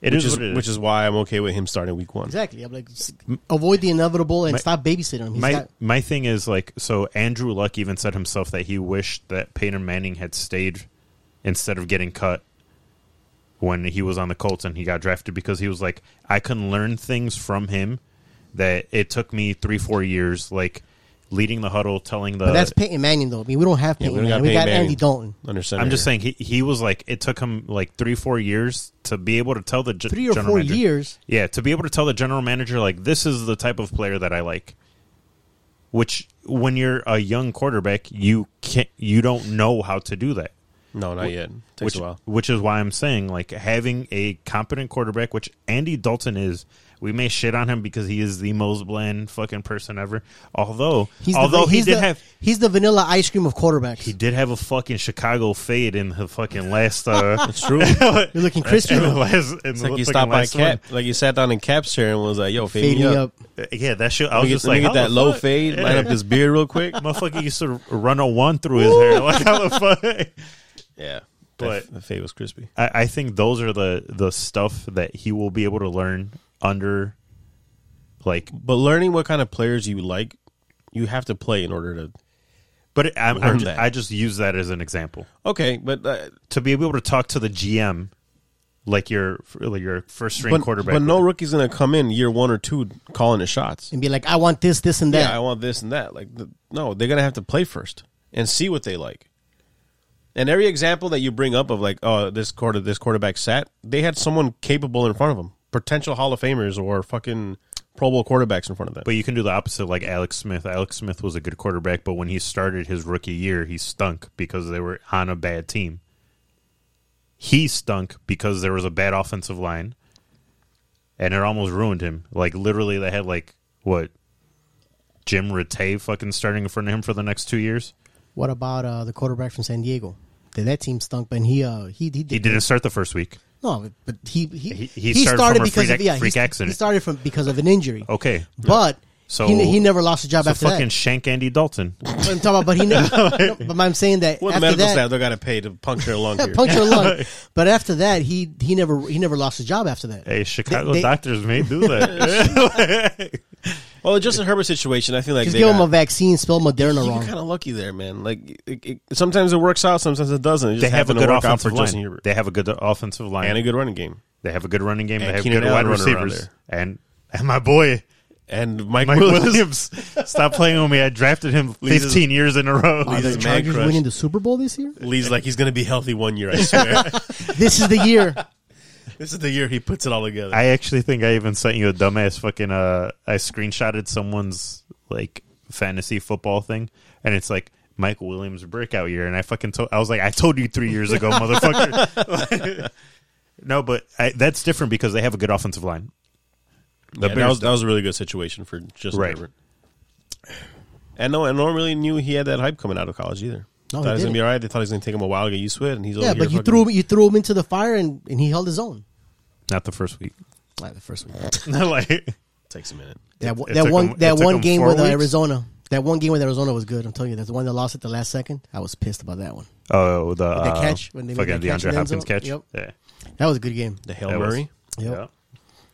S8: it
S7: Which
S8: is,
S7: is
S8: what it
S7: which is why I'm okay with him starting week one.
S9: Exactly. I'm like, s- avoid the inevitable and
S8: My-
S9: stop babysitting him. He's
S8: my
S9: got,
S8: my thing is like so Andrew Luck even said himself that he wished that Peyton Manning had stayed instead of getting cut when he was on the Colts and he got drafted because he was like, I can learn things from him that it took me three, four years, like leading the huddle, telling the.
S9: But that's Peyton Manning, though. I mean, we don't have
S7: Yeah,
S9: Peyton
S7: we don't
S9: Manning.
S7: got
S9: We
S7: Peyton
S9: got
S7: Manning.
S9: Andy Dalton.
S7: Under center.
S8: I'm just
S7: here.
S8: saying he, he was like it took him like three four years to be able to tell the ge-
S9: Three or
S8: general
S9: four
S8: manager-
S9: years?
S8: yeah to be able to tell the general manager like this is the type of player that I like which when you're a young quarterback you can't you don't know how to do that
S7: No, not yet. Takes
S8: which
S7: a while.
S8: which is why I'm saying like having a competent quarterback which Andy Dalton is we may shit on him because he is the most bland fucking person ever although
S9: He's
S8: although
S9: the,
S8: he
S9: he's
S8: did
S9: the,
S8: have
S9: he's the vanilla ice cream of quarterbacks.
S8: he did have a fucking Chicago fade in the fucking last. Uh, it's true.
S9: You're looking crispy.
S8: In the last, in
S7: It's
S8: the
S7: like you
S8: fucking
S7: stopped by
S8: last one. Uh,
S7: Cap, like you sat down in Cap's chair and was like, "Yo, fade,
S9: Fade me up.
S8: Yeah, that shit. I
S7: Let
S8: was
S7: me get,
S8: just
S7: let me
S8: like,
S7: get
S8: how
S7: that
S8: the
S7: low
S8: fuck?
S7: fade.
S8: Yeah.
S7: Line up this beer real quick."
S8: Motherfucker used to run a one through his hair. Like how the fuck?
S7: yeah,
S8: But-
S7: but the fade was crispy.
S8: I, I think those are the the stuff that he will be able to learn under, like.
S7: But learning what kind of players you like, you have to play in order to.
S8: But it- I'm,
S7: Learn
S8: I'm just,
S7: that.
S8: I just use that as an example
S7: Okay, but uh,
S8: to be able to talk to the GM, like your like your first string
S7: but,
S8: quarterback.
S7: but no
S8: with-
S7: rookie's gonna come in year one or two calling the shots.
S9: and be like, I want this, this, and that.
S7: Yeah, I want this and that. Like, the, no, they're gonna have to play first and see what they like. And every example that you bring up of like, oh, this quarter, this quarterback sat, they had someone capable in front of them, potential Hall of Famers or fucking Pro Bowl quarterbacks in front of them.
S8: But you can do the opposite, like Alex Smith. Alex Smith was a good quarterback, but when he started his rookie year, he stunk because they were on a bad team. He stunk because there was a bad offensive line, and it almost ruined him. Like literally, they had like what Jim Rattay fucking starting in front of him for the next two years.
S9: What about uh, the quarterback from San Diego? That that team stunk, but he uh, he he, did,
S8: He didn't start the first week.
S9: no, but he he,
S8: He- he started from a freak ac- freak
S9: he,
S8: accident.
S9: He started from because of an injury.
S8: Okay,
S9: but
S8: So-
S9: so he, he never lost a job
S8: so
S9: after
S8: fucking
S9: that.
S8: shank Andy Dalton.
S9: I'm talking about, but he never. no, but I'm saying that
S7: well, the
S9: after
S7: medical staff
S9: that,
S7: they got to pay to puncture a lung. here.
S9: puncture a lung. But after that, he he never he never lost a job after that.
S8: Hey, Chicago
S9: they-
S8: doctors may do that.
S7: Well, the Justin Herbert situation, I feel like
S9: Just
S7: they
S9: give him
S7: got-
S9: a vaccine, spell Moderna
S7: you
S9: wrong.
S7: were kind of lucky there, man. Like it, it, sometimes it works out, sometimes it doesn't. It just
S8: they have a
S7: happened
S8: good
S7: to work out for
S8: offensive
S7: Justin
S8: line.
S7: Herbert
S8: They have a good offensive line
S7: and a good running game
S8: They have a good running game.
S7: And
S8: they have
S7: Keenan
S8: good wide
S7: Allen running around
S8: receivers. And and my boy
S7: and Mike,
S8: Mike
S7: Williams.
S8: Williams, stop playing with me. I drafted him
S7: Leads us-
S8: fifteen years in a row.
S9: Are the
S7: his man
S9: Chargers
S7: crush.
S9: winning the Super Bowl this year?
S7: Lee's like he's going to be healthy one year. I swear,
S9: This is the year.
S7: this is the year he puts it all together.
S8: I actually think I even sent you a dumbass fucking. Uh, I screenshotted someone's like fantasy football thing, and it's like Mike Williams breakout year, and I fucking told. I was like, I told you three years ago, motherfucker. no, but I, that's different because they have a good offensive line.
S7: Yeah, that
S8: Bears
S7: was that was a really good situation for Justin
S8: Right.
S7: Herbert. And no, and no one really knew he had that hype coming out of college either.
S9: No,
S7: thought
S9: he
S7: he was gonna
S9: didn't.
S7: be all right. They thought he was gonna take him a while to get used to it, and he's
S9: Yeah,
S7: over
S9: but
S7: here
S9: you threw him- you threw him into the fire and, and he held his own.
S8: Not the first week.
S9: Like the first week.
S8: like,
S7: takes a minute.
S9: That one,
S8: it
S9: that
S8: took
S9: one,
S8: him- it
S9: that
S8: took
S9: one
S8: him
S9: game
S8: four
S9: with uh,
S8: weeks?
S9: Arizona. That one game with Arizona was good. I'm telling you, that's the one that lost at the last second. I was pissed about that one.
S8: oh, the,
S9: the
S8: uh,
S9: catch, when they made
S8: fucking
S9: that catch in
S8: DeAndre
S9: the end
S8: Hopkins
S9: zone?
S8: catch.
S9: Yep.
S8: Yeah.
S9: That was a good game.
S7: The Hail
S8: That was-
S7: Murray.
S9: Yep.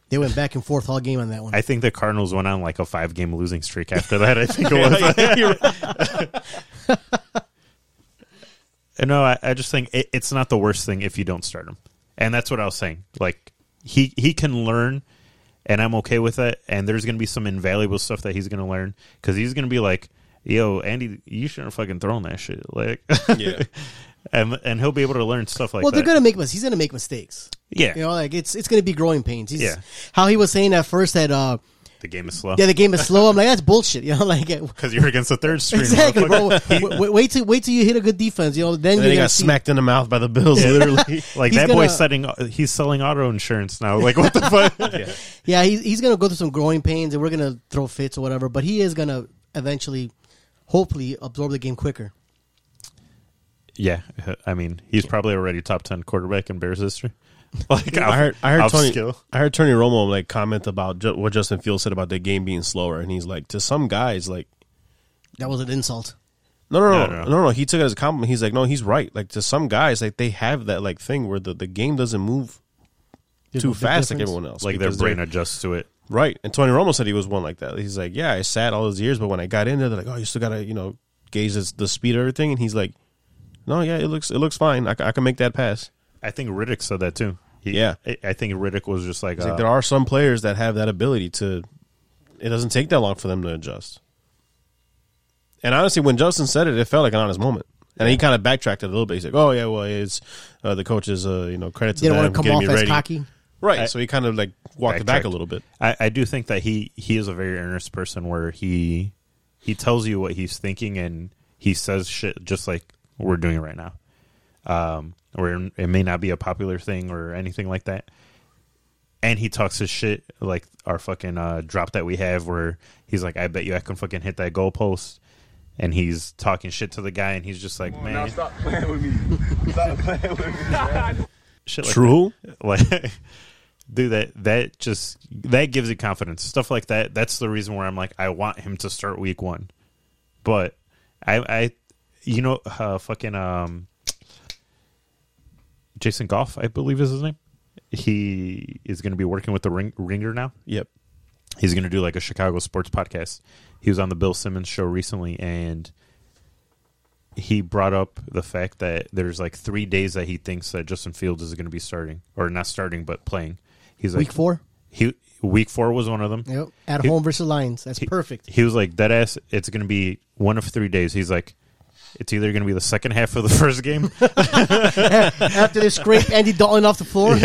S9: They went back and forth all game on that one.
S8: I think the Cardinals went on like a five game losing streak after that. I think it was. And no, I, I just think it, it's not the worst thing if you don't start him, and that's what I was saying. Like he he can learn, and I'm okay with that. And there's going to be some invaluable stuff that he's going to learn because he's going to be like, "Yo, Andy, you shouldn't have fucking thrown that shit." Like,
S7: Yeah.
S8: and and he'll be able to learn stuff like
S9: well,
S8: that.
S9: they're gonna make mis- He's gonna make mistakes.
S8: yeah,
S9: You know, like it's it's gonna be growing pains. He's,
S8: Yeah.
S9: How he was saying at first that uh,
S8: the game is slow
S9: yeah, the game is slow. I'm like, that's bullshit. You know, like uh,
S8: because you're against the third string.
S9: exactly,
S8: motherfucker.
S9: bro. wait, wait till wait till you hit a good defense. You know, then
S7: And
S9: you're
S7: then he
S9: gonna
S7: got
S9: see.
S7: smacked in the mouth by the Bills. Literally,
S8: Like
S9: He's
S8: that boy's
S9: gonna-
S8: setting. He's selling auto insurance now. Like what the fuck?
S9: Yeah, he's he's gonna go through some growing pains, and we're gonna throw fits or whatever. But he is gonna eventually, hopefully, absorb the game quicker.
S8: Yeah, I mean he's probably already top ten quarterback in Bears history. Like
S7: I heard, I heard
S8: off
S7: Tony,
S8: skill.
S7: I heard Tony Romo like comment about ju- what Justin Fields said about the game being slower, and he's like, to some guys, like,
S9: That was an insult.
S7: no, no, no,
S8: No,
S7: no,
S8: no.
S7: no, no, He took it as a compliment. He's like, no, he's right. Like to some guys, like they have that like thing where the, the game doesn't move
S9: There's
S7: too
S9: no big
S7: fast like
S9: difference.
S7: everyone else.
S8: Like their
S7: because they're-
S8: brain adjusts to it.
S7: Right. And Tony Romo said he was one like that. He's like, yeah, I sat all those years, but when I got in there, they're like, oh, you still gotta, you know, gauge this, the speed of everything. And he's like, no, yeah, it looks it looks fine. I, ca- I can make that pass.
S8: I think Riddick said that too. He,
S7: Yeah.
S8: I, I think Riddick was just like,
S7: It's
S8: uh,
S7: like there are some players that have that ability to. It doesn't take that long for them to adjust. And honestly, when Justin said it, it felt like an honest moment. And he kind of backtracked it a little bit. He's like, "Oh yeah, well, it's uh, the coaches. Uh, you know, credit to
S9: Didn't
S7: them
S9: want to come
S7: getting
S9: off
S7: me
S9: as
S7: ready."
S9: cocky.
S7: right?"
S8: I-
S7: so he kind of like walked it back
S8: backtracked.
S7: a little bit.
S8: I, I do think that he he is a very earnest person where he he tells you what he's thinking and he says shit just like we're doing right now. Um, where it may not be a popular thing or anything like that. And he talks his shit like our fucking uh, drop that we have where he's like, I bet you I can fucking hit that goalpost. And he's talking shit to the guy, and he's just like, man,
S6: Stop playing with me. Stop playing with me. man.
S8: shit like
S7: True.
S8: like do that that just that gives you confidence stuff like that that's the reason where i'm like i want him to start week one but i i you know uh fucking um jason goff i believe is his name he is going to be working with the ring, ringer now
S7: Yep.
S8: he's going to do like a Chicago sports podcast. He was on the Bill Simmons show recently and he brought up the fact that there's like three days that he thinks that Justin Fields is going to be starting or not starting but playing. He's like
S9: Week four?
S8: He week four was one of them.
S9: Yep. At
S8: He-
S9: home versus Lions. That's perfect.
S8: He was like, that ass, it's going to be one of three days. He's like, it's either going to be the second half of the first game,
S9: After they scrape Andy Dalton off the floor,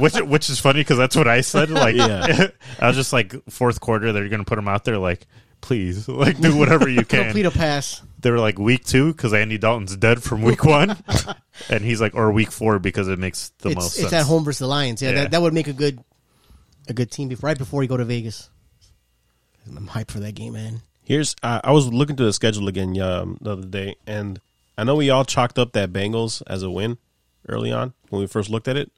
S8: which which is funny because that's what I said. Like,
S7: Yeah.
S8: I was just like, fourth quarter, they're going to put him out there. Like, please, like, do whatever you can.
S9: complete a pass.
S8: they were like week two because Andy Dalton's dead from week one, and he's like or week four because it makes the
S9: It's,
S8: most
S9: it's
S8: sense.
S9: at home versus the Lions. Yeah,
S8: Yeah.
S9: That, that would make a good a good team before, right before you go to Vegas. I'm hyped for that game, man.
S7: Here's I, I was looking through the schedule again um, the other day, and I know we all chalked up that Bengals as a win early on when we first looked at it.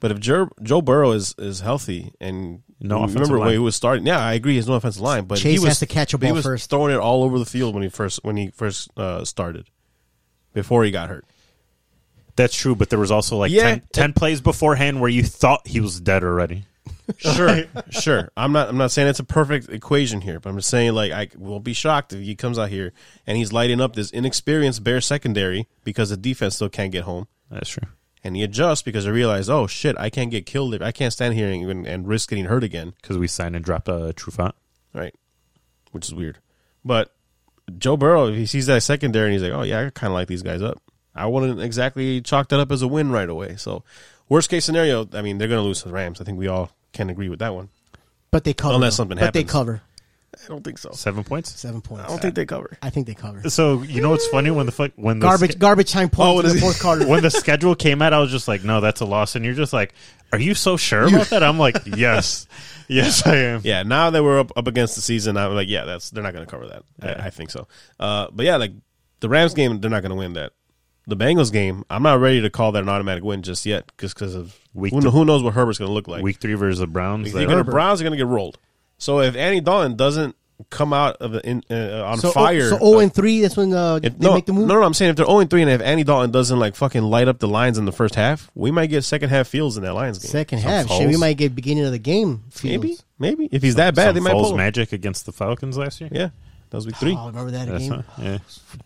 S7: But if Joe, Joe Burrow is, is healthy and
S8: No
S7: you
S8: offensive
S7: remember
S8: line.
S7: when he was starting, yeah, I agree, he's no offensive line, but he
S9: Chase
S7: was,
S9: has to catch a
S7: he
S9: ball
S7: was
S9: first.
S7: Throwing it all over the field when he first when he first uh, started, before he got hurt.
S8: That's true, but there was also like
S7: Yeah.
S8: 10, 10 plays beforehand where you thought he was dead already.
S7: Sure, sure. I'm not. I'm not saying it's a perfect equation here, but I'm just saying like I will be shocked if he comes out here and he's lighting up this inexperienced Bear secondary because the defense still can't get home,
S8: That's true.
S7: and he adjusts because they realize, oh shit, I can't get killed if I can't stand here and, and risk getting hurt again,
S8: Because we signed and dropped a true font.
S7: right? Which is weird, but Joe Burrow, if he sees that secondary and he's like, oh yeah, I kind of like these guys up. I wouldn't exactly chalk that up as a win right away. So, worst case scenario, I mean, they're going to lose to the Rams. I think we all can agree with that one.
S9: But they cover.
S7: Unless
S9: though.
S7: something
S9: but they
S7: happens.
S9: cover.
S7: I don't think so.
S8: Seven points.
S9: Seven points.
S7: I don't think they cover.
S9: I think they cover.
S8: So you know what's funny when the fuck when the
S9: Garbage, garbage time
S7: Oh,
S9: points in
S7: does
S9: the
S7: he-
S9: fourth quarter.
S8: sch- when the schedule came out, I was just like, no, that's a loss, and you're just like, are you so sure about that? I'm like, yes, yes, I am.
S7: Yeah, now that we're up, up against the season, I'm like, yeah, that's they're not going to cover that. I, I think so. Uh, but yeah, like the Rams game, they're not going to win that. The Bengals game, I'm not ready to call that an automatic win just yet, just because of
S8: Week
S7: who,
S8: two.
S7: who knows what Herbert's going to look like.
S8: Week three versus the Browns.
S7: You're
S8: that-
S7: gonna- Browns are going to get rolled. So if Andy Dalton doesn't come out of the in, uh, on
S9: So, oh,
S7: fire,
S9: so zero and three. That's when uh,
S7: If-
S9: they
S7: no,
S9: make the move.
S7: No, no, I'm saying if they're 0 3 and if Andy Dalton doesn't like fucking light up the lines in the first half, we might get second half fields in that Lions game.
S9: Second
S8: Some
S9: half, shit,
S8: fouls.
S9: we might get beginning of the game. Fields.
S7: maybe, maybe if he's that bad, they
S8: some
S7: might
S8: Foles
S7: pull. him.
S8: magic against the Falcons last year.
S7: Yeah, that was week three.
S9: Oh, remember that
S8: That's
S9: game?
S8: not- yeah.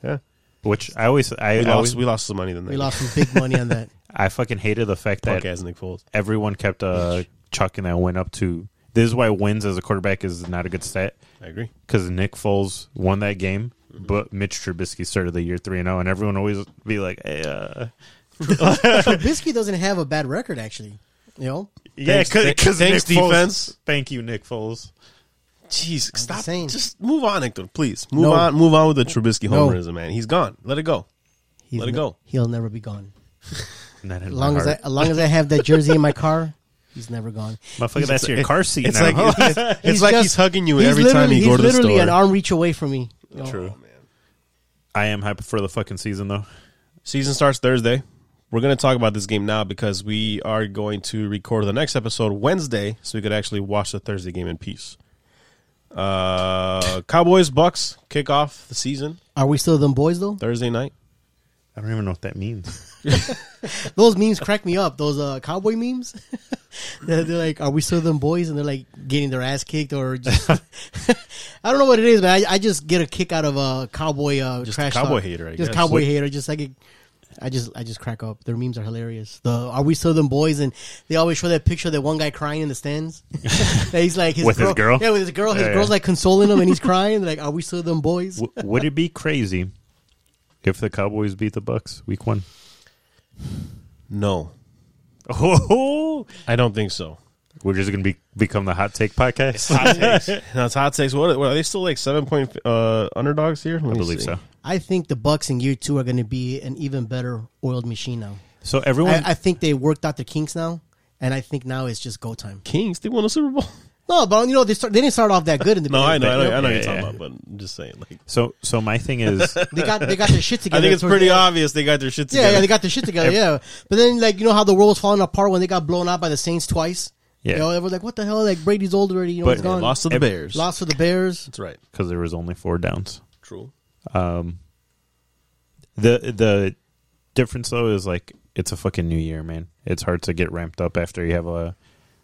S7: Yeah.
S8: Which I always I
S7: We
S8: always,
S7: lost. We lost some money then.
S9: We lost some big money on that.
S8: I fucking hated the fact that
S7: Podcast Nick Foles.
S8: everyone kept uh chalking that win up to this is why wins as a quarterback is not a good stat
S7: I agree.
S8: because Nick Foles won that game,
S7: Mm-hmm.
S8: but Mitch Trubisky started the year three and zero, and everyone always be like, hey, uh,
S9: Trubisky doesn't have a bad record, actually. You know,
S8: yeah,
S7: Thanks- th- thanks,
S8: Nick Foles-
S7: defense.
S8: Thank you, Nick Foles.
S7: Jeez, stop.
S9: saying.
S7: Just move on, Hector. Please move
S9: No.
S7: on. Move on with the Trubisky homerism, man. He's gone. Let it go.
S9: he's
S7: Let it
S9: ne-
S7: go.
S9: He'll never be gone.
S8: Not in
S9: As
S8: my
S9: long as I,
S8: heart.
S9: as long as I have that jersey in my car, he's never gone.
S8: motherfucker, that's your car seat
S7: It's
S8: now.
S7: like it's, it's
S9: He's
S7: like
S9: just-
S7: he's hugging you
S9: he's
S7: every time
S9: literally-
S7: you go to the
S9: He's literally
S7: store. Oh,
S9: an arm reach away from me. You know,
S8: True. I am hyped for the fucking season though.
S7: Season starts Thursday. We're going to talk about this game now because we are going to record the next episode Wednesday, so we could actually watch the Thursday game in peace. Uh, Cowboys Bucks kick off the season
S9: Are we still them boys though?
S7: Thursday night.
S8: I don't even know what that means.
S9: Those memes crack me up. Those uh, cowboy memes. they're, they're like, "Are we still them boys?" And they're like getting their ass kicked, or just, I don't know what it is, but I, I just get a kick out of a uh, cowboy uh,
S7: Just
S9: trash
S7: cowboy
S9: talk.
S7: hater, I
S9: just
S7: guess.
S9: cowboy
S7: What-
S9: hater. Just like it, I just I just crack up. Their memes are hilarious. The Are We Southern Boys and they always show that picture of that one guy crying in the stands. that he's like his
S8: With his girl?
S9: Yeah, with his girl. His
S8: Yeah,
S9: girl's
S8: yeah.
S9: like consoling him and he's crying. They're like, Are We Southern Boys?
S8: W- would it be crazy if the Cowboys beat the Bucks week one?
S7: No,
S8: Oh,
S7: I don't think so.
S8: we're just gonna be become the hot take podcast.
S7: Hot takes. Now it's hot takes. What are, what are they still like seven point uh, underdogs here?
S8: I believe so.
S9: I think the Bucks in year two are going to be an even better oiled machine now.
S8: So everyone,
S9: I, I think they worked out their kinks now, and I think now it's just go time.
S7: Kings, they won a Super Bowl.
S9: No, but you know they start, they didn't start off that good in the
S7: No, I know, I know, I know
S8: Yeah,
S7: you're talking
S8: yeah.
S7: about, but I'm just saying. Like,
S8: so so my thing is,
S9: They got they got their shit together.
S7: I think it's
S9: towards
S7: pretty
S9: the end.
S7: obvious they got their shit
S9: Yeah,
S7: together.
S9: yeah, they got their shit together. yeah, but then like you know how the world was falling apart when they got blown out by the Saints twice.
S8: Yeah.
S9: you know, they were like, what the hell? Like Brady's old already. You know,
S8: But
S9: he's gone.
S7: lost to the
S8: Ev-
S7: Bears.
S9: Lost to the Bears.
S7: That's right.
S8: because there was only four downs.
S7: True.
S8: The the difference though is like it's a fucking new year, man. It's hard to get ramped up after you have a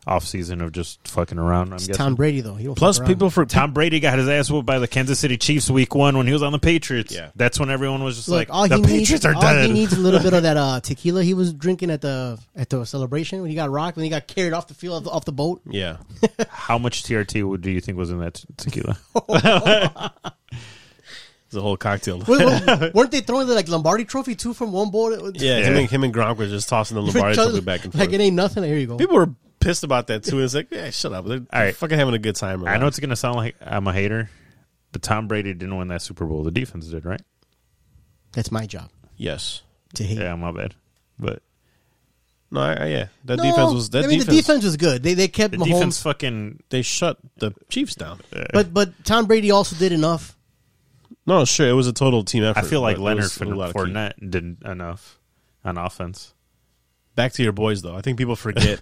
S8: off season of just fucking around. I'm
S9: It's
S8: guessing.
S9: Tom Brady though. He don't
S7: Plus,
S9: fuck around.
S7: people for
S8: Tom Brady got his ass whooped by the Kansas City Chiefs week one when he was on the Patriots.
S7: Yeah.
S8: That's when everyone was just
S9: Look, all
S8: like, the
S9: he
S8: Patriots
S9: needs,
S8: are
S9: all
S8: dead.
S9: he needs a little bit of that uh, tequila he was drinking at the at the celebration when he got rocked when he got carried off the field off the boat.
S7: Yeah.
S8: How much TRT would, do you think was in that tequila?
S7: Oh, It's a whole cocktail.
S9: Wait, wait, weren't they throwing the like Lombardi Trophy too from one board?
S7: Yeah, Him,
S8: Yeah.
S7: and, him and Gronk were just tossing the Lombardi trophy back and forth.
S9: Like it ain't nothing. Here you go.
S7: People were pissed about that too. It's like, yeah, shut up. They're
S8: right.
S7: fucking having a good time.
S8: I know it's going to sound like I'm a hater, but Tom Brady didn't win that Super Bowl. The defense did, right?
S9: That's my job
S7: Yes.
S9: to hate.
S8: Yeah, my bad. But
S7: No. I, I- yeah. That
S9: No,
S7: defense was. That
S9: I mean,
S7: defense,
S9: the defense was good. They they kept
S8: the
S9: Mahomes,
S8: defense fucking.
S7: They shut the Chiefs down.
S9: but but Tom Brady also did enough.
S7: No, sure. It was a total team effort.
S8: I feel like
S7: but it
S8: Leonard
S7: was a lot of key.
S8: Fournette didn't enough on offense.
S7: Back to your boys though. I think people forget.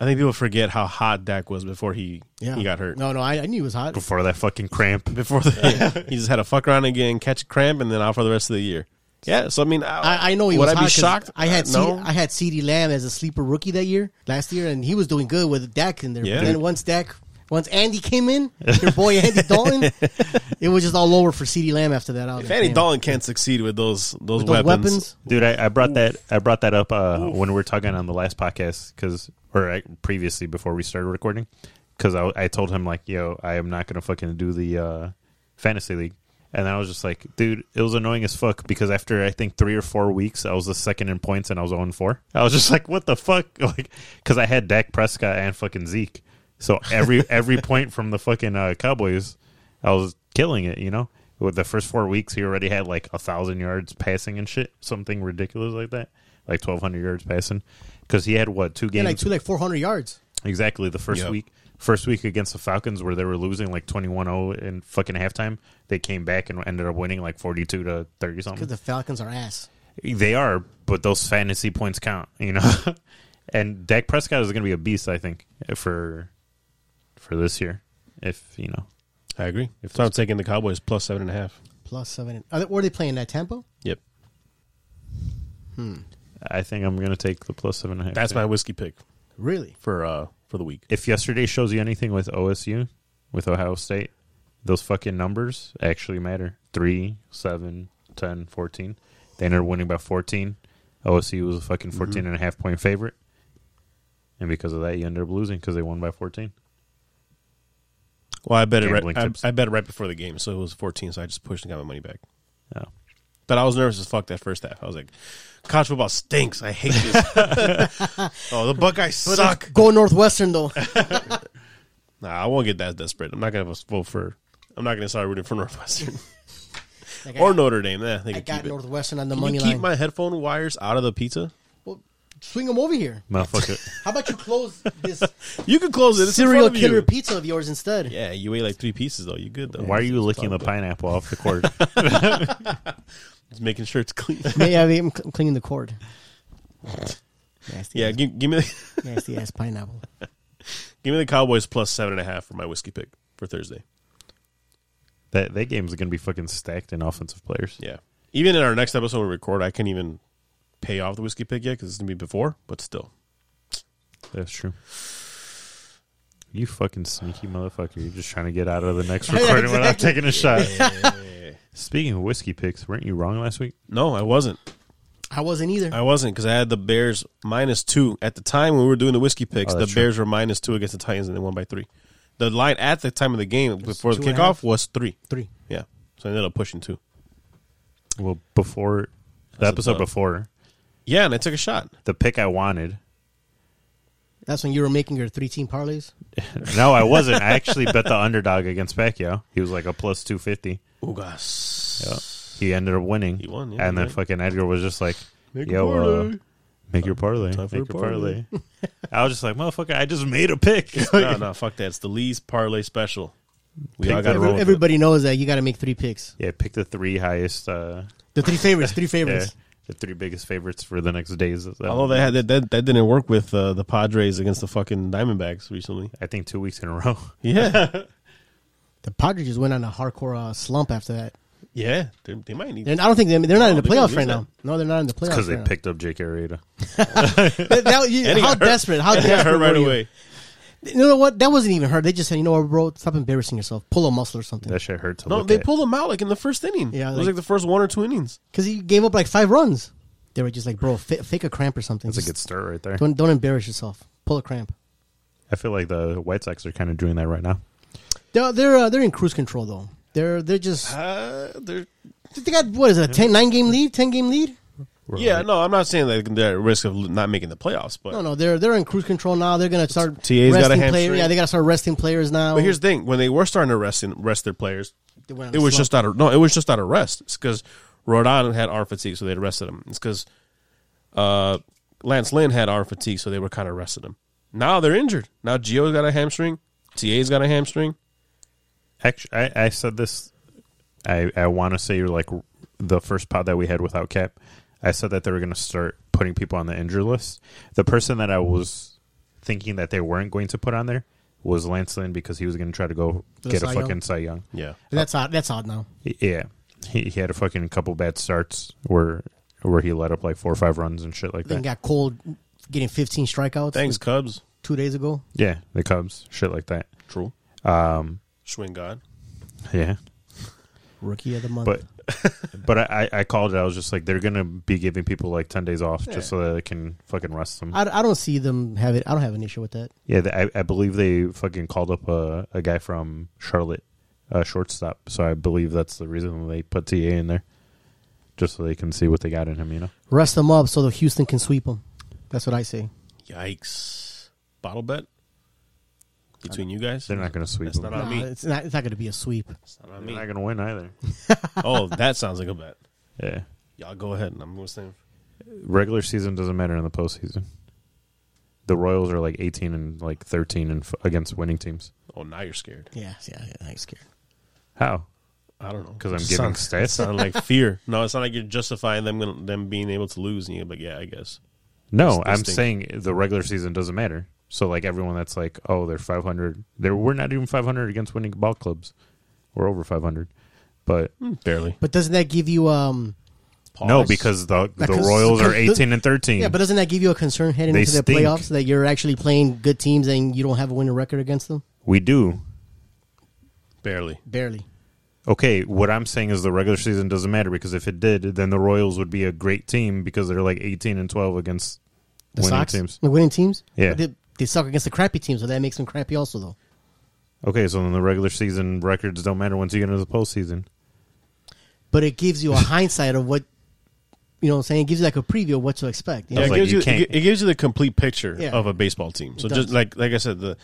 S7: I think people forget how hot Dak was before he
S9: Yeah,
S7: he got hurt.
S9: No, no, I, I knew he was hot.
S8: Before that fucking cramp.
S7: Before the, he just had a fuck around again, catch a cramp, and then out for the rest of the year. Yeah. So I mean,
S9: I, I know he
S7: would
S9: was
S7: I
S9: hot
S7: be
S9: 'cause
S7: shocked?
S9: I had
S7: Uh,
S9: C-
S7: no.
S9: I had Ceedee Lamb as a sleeper rookie that year, last year, and he was doing good with Dak in there.
S7: Yeah.
S9: But then once Dak, once Andy came in, your boy Andy Dalton, it was just all over for Ceedee Lamb after that. I was
S7: If
S9: like,
S7: Andy
S9: damn.
S7: Dalton can't succeed with those those,
S9: With those
S7: weapons,
S9: weapons,
S8: dude I, I brought that i brought that up uh, when we were talking on the last podcast because or I, previously before we started recording because I, I told him like yo i am not gonna fucking do the uh, fantasy league and i was just like dude it was annoying as fuck because after i think three or four weeks i was the second in points and i was 0 4 i was just like what the fuck like because i had dak prescott and fucking zeke so every every point from the fucking uh, cowboys I was killing it, you know. With the first four weeks, he already had like a thousand yards passing and shit, something ridiculous like that, like twelve hundred yards passing, because he had what two
S9: He had
S8: games
S9: like two like four hundred yards.
S8: exactly the first
S7: Yep.
S8: week, first week against the Falcons where they were losing like 21-0 in fucking halftime. They came back and ended up winning like forty two to thirty something.
S9: Because the Falcons are ass.
S8: They are, but those fantasy points count, you know. and Dak Prescott is going to be a beast, I think, for for this year, if you know.
S7: I agree. If so, I'm taking the Cowboys plus seven and a half.
S9: Plus seven. Are they, were they playing at Tampa?
S7: Yep,
S8: I think I'm going to take the plus seven and a half.
S7: that's my whiskey pick
S9: Really?
S7: for uh for the week.
S8: if yesterday shows you anything with OSU, with Ohio State, those fucking numbers actually matter. 3, 7, 10, 14. They ended up winning by 14. OSU was a fucking 14 and a half point favorite. And because of that, you ended up losing because they won by 14.
S7: Well, I bet it right.
S8: Gambling
S7: I,
S8: tips.
S7: I bet it right before the game, so it was 14. So I just pushed and got my money back.
S8: Oh.
S7: But I was nervous as fuck that first half. I was like, college football stinks. I hate this. oh, the Buckeyes
S9: uh,
S7: suck.
S9: Go Northwestern though.
S7: Nah, I won't get that desperate. I'm not gonna vote for. I'm not gonna start rooting for Northwestern
S9: Like,
S7: or
S9: I,
S7: Notre Dame. Nah, they
S9: I
S7: can
S9: got
S7: keep it.
S9: Northwestern on the
S7: Can
S9: money
S7: you keep
S9: line.
S7: my headphone wires out of the pizza?
S9: well, swing them over here.
S8: Motherfucker.
S9: How about you close this
S7: You can close it. It's in
S9: serial
S7: front of you.
S9: killer pizza of yours instead?
S7: Yeah, you ate like three pieces though. You good though?
S8: Why are you licking the pineapple off the court?
S7: Just making sure it's clean.
S9: Yeah, I mean, I'm cl- cleaning the cord. Nasty,
S7: yeah,
S9: ass,
S7: give, give me the
S9: nasty ass pineapple.
S7: give me the Cowboys plus seven and a half for my whiskey pick for Thursday.
S8: that, that game's going to be fucking stacked in offensive players.
S7: Yeah, even in our next episode we record, I can't even pay off the whiskey pick yet because it's gonna be before. But still,
S8: That's true. You fucking sneaky motherfucker. You're just trying to get out of the next
S9: Yeah,
S8: recording without
S9: exactly.
S8: taking a shot. Speaking of whiskey picks, weren't you wrong last week?
S7: no, I wasn't.
S9: I wasn't either.
S7: I wasn't because I had the Bears minus two at the time when we were doing the whiskey picks.
S8: Oh,
S7: the
S8: that's true.
S7: Bears were minus two against the Titans and they won by three. The line at the time of the game before the
S9: two and a
S7: kickoff
S9: half.
S7: was three.
S9: Three.
S7: Yeah, so I ended up pushing two.
S8: Well, before the
S7: That's a
S8: episode
S7: dub.
S8: before,
S7: Yeah, and I took a shot.
S8: the pick I wanted.
S9: That's when you were making your three team parlays.
S8: No, I wasn't. I actually bet the underdog against Pacquiao. He was like a plus two fifty.
S7: Ugas.
S8: Yeah. He ended up winning.
S7: He won, yeah,
S8: and then
S7: right.
S8: fucking Edgar was just like,
S7: Make a
S8: "Yo, uh,
S7: parlay."
S8: make your parlay,
S7: Time for
S8: make
S7: a
S8: your parlay." I was just like, "Motherfucker, I just made a pick."
S7: no, no, fuck that. It's the Lee's parlay special. We all got to
S8: Every-
S7: roll. with it.
S9: everybody knows that you got to make three picks.
S8: yeah, pick the three highest, uh,
S9: The three favorites. Three
S8: yeah,
S9: favorites.
S8: the three biggest favorites for the next days.
S7: Although they had that, that, that didn't work with uh, the Padres against the fucking Diamondbacks recently.
S8: I think two weeks in a row.
S7: Yeah,
S9: The Padres just went on a hardcore uh, slump after that.
S7: yeah, they, they might need.
S9: And I don't think they, they're not in
S7: Oh,
S9: the
S7: they didn't
S9: playoffs
S7: lose
S9: right
S7: that.
S9: now. No, they're not in the playoffs.
S8: Because they
S9: right now.
S8: picked up Jake Arrieta.
S9: That- that- you-
S7: And he
S9: how
S7: got hurt.
S9: desperate? How
S7: And he got
S9: desperate
S7: hurt right
S9: were you?
S7: away.
S9: You know what? That wasn't even hurt. They just said, you know what, bro, stop embarrassing yourself. Pull a muscle or something.
S8: That shit hurt to
S7: No,
S8: look
S7: they
S8: at.
S7: pulled him out like in the first inning.
S9: Yeah,
S7: it was
S9: like-
S7: like the first one or two innings.
S9: Because he gave up like five runs. They were just like, bro, fa- fake a cramp or something.
S8: That's a
S9: Just
S8: good start right there.
S9: don't, don't embarrass yourself. Pull a cramp.
S8: I feel like the White Sox are kind of doing that right now.
S9: They're they're, uh, they're in cruise control though. They're they're just
S7: Uh, they're
S9: they got what is it a ten, nine game lead ten game lead?
S7: yeah, no, I'm not saying that they're at risk of l- not making the playoffs, but
S9: No no they're they're in cruise control now. They're gonna start
S7: TA's got a
S9: resting
S7: hamstring.
S9: players. Yeah they gotta start resting players now.
S7: But here's the thing: when they were starting to rest and rest their players,
S9: They went on
S7: it
S9: a
S7: was
S9: slump.
S7: just out of no, it was just out of rest. It's because Rhode Island had R fatigue, so they rested him. It's because uh, Lance Lynn had R fatigue, so they were kind of resting him. Now they're injured. Now Gio's got a hamstring. Ta's got a hamstring.
S8: Actually, I, I said this. I I want to say like the first pod that we had without cap. I said that they were going to start putting people on the injury list. The person that I was thinking that they weren't going to put on there was Lance Lynn because he was going to try to go
S9: The
S8: get a
S9: Cy Young?
S8: fucking Cy Young.
S7: Yeah,
S9: that's odd that's odd now.
S8: Yeah, he, he had a fucking couple bad starts where where he let up like four or five runs and shit like
S9: Then
S8: that.
S9: got cold getting fifteen strikeouts
S7: thanks Cubs.
S9: two days ago.
S8: yeah, the Cubs, shit like that.
S7: True.
S8: Um,
S7: Swing God.
S8: yeah,
S9: Rookie of the month.
S8: but but I, I I called it. I was just like, they're gonna be giving people like ten days off just so that they can fucking rest them.
S9: I, I don't see them have it. I don't have an issue with that.
S8: yeah, th- I, I believe they fucking called up a a guy from Charlotte, a shortstop. So I believe that's the reason they put Ta in there, just so they can see what they got in him. You know,
S9: Rest them up so the Houston can sweep them. That's what I say.
S7: Yikes. Bottle bet between you guys.
S8: they're not gonna sweep.
S7: That's
S8: them.
S7: not on
S9: Nah,
S7: me.
S9: it's not. It's not going to be a sweep.
S7: It's not on me.
S8: They're not gonna win either.
S7: oh, that sounds like a bet.
S8: yeah,
S7: Y'all go ahead, and I'm going to say
S8: regular season doesn't matter in the postseason. The Royals are like eighteen and like thirteen and f- against winning teams.
S7: Oh, now you're scared.
S9: Yeah, yeah, yeah. I'm scared.
S8: How?
S7: I don't know
S8: 'Cause I'm
S7: It
S8: giving
S7: sounds-
S8: stats?
S7: It sound like fear. No, it's not like you're justifying them gonna- them being able to lose, and you're like, yeah, I guess.
S8: No,
S7: It's
S8: I'm
S7: distinct.
S8: saying the regular season doesn't matter. So like everyone that's like, oh, they're 500. They're we're not even 500 against winning ball clubs. We're over 500. But
S9: Hmm.
S7: Barely.
S9: But doesn't that give you um?
S8: no, because the the
S9: Because-
S8: Royals are
S9: because-
S8: 18 and 13.
S9: Yeah, but doesn't that give you a concern heading
S8: They
S9: into the
S8: stink.
S9: playoffs that you're actually playing good teams and you don't have a winning record against them?
S8: we do.
S7: Barely.
S9: Barely.
S8: Okay, what I'm saying is the regular season doesn't matter because if it did, then the Royals would be a great team because they're like 18 and 12 against
S9: The
S8: winning
S9: Sox,
S8: teams.
S9: the winning teams.
S8: Yeah.
S9: They, they suck against the crappy teams, so that makes them crappy also, though.
S8: Okay, so then the regular season records don't matter once you get into the postseason.
S9: But it gives you a hindsight of what you know. what I'm saying it gives you like a preview of what to expect.
S7: Yeah,
S8: was
S7: it
S8: like,
S7: gives
S8: you
S7: you,
S8: can't-
S7: it, it gives you the complete picture
S9: Yeah.
S7: of a baseball team. So
S9: It
S7: just
S9: does.
S7: like like I said, the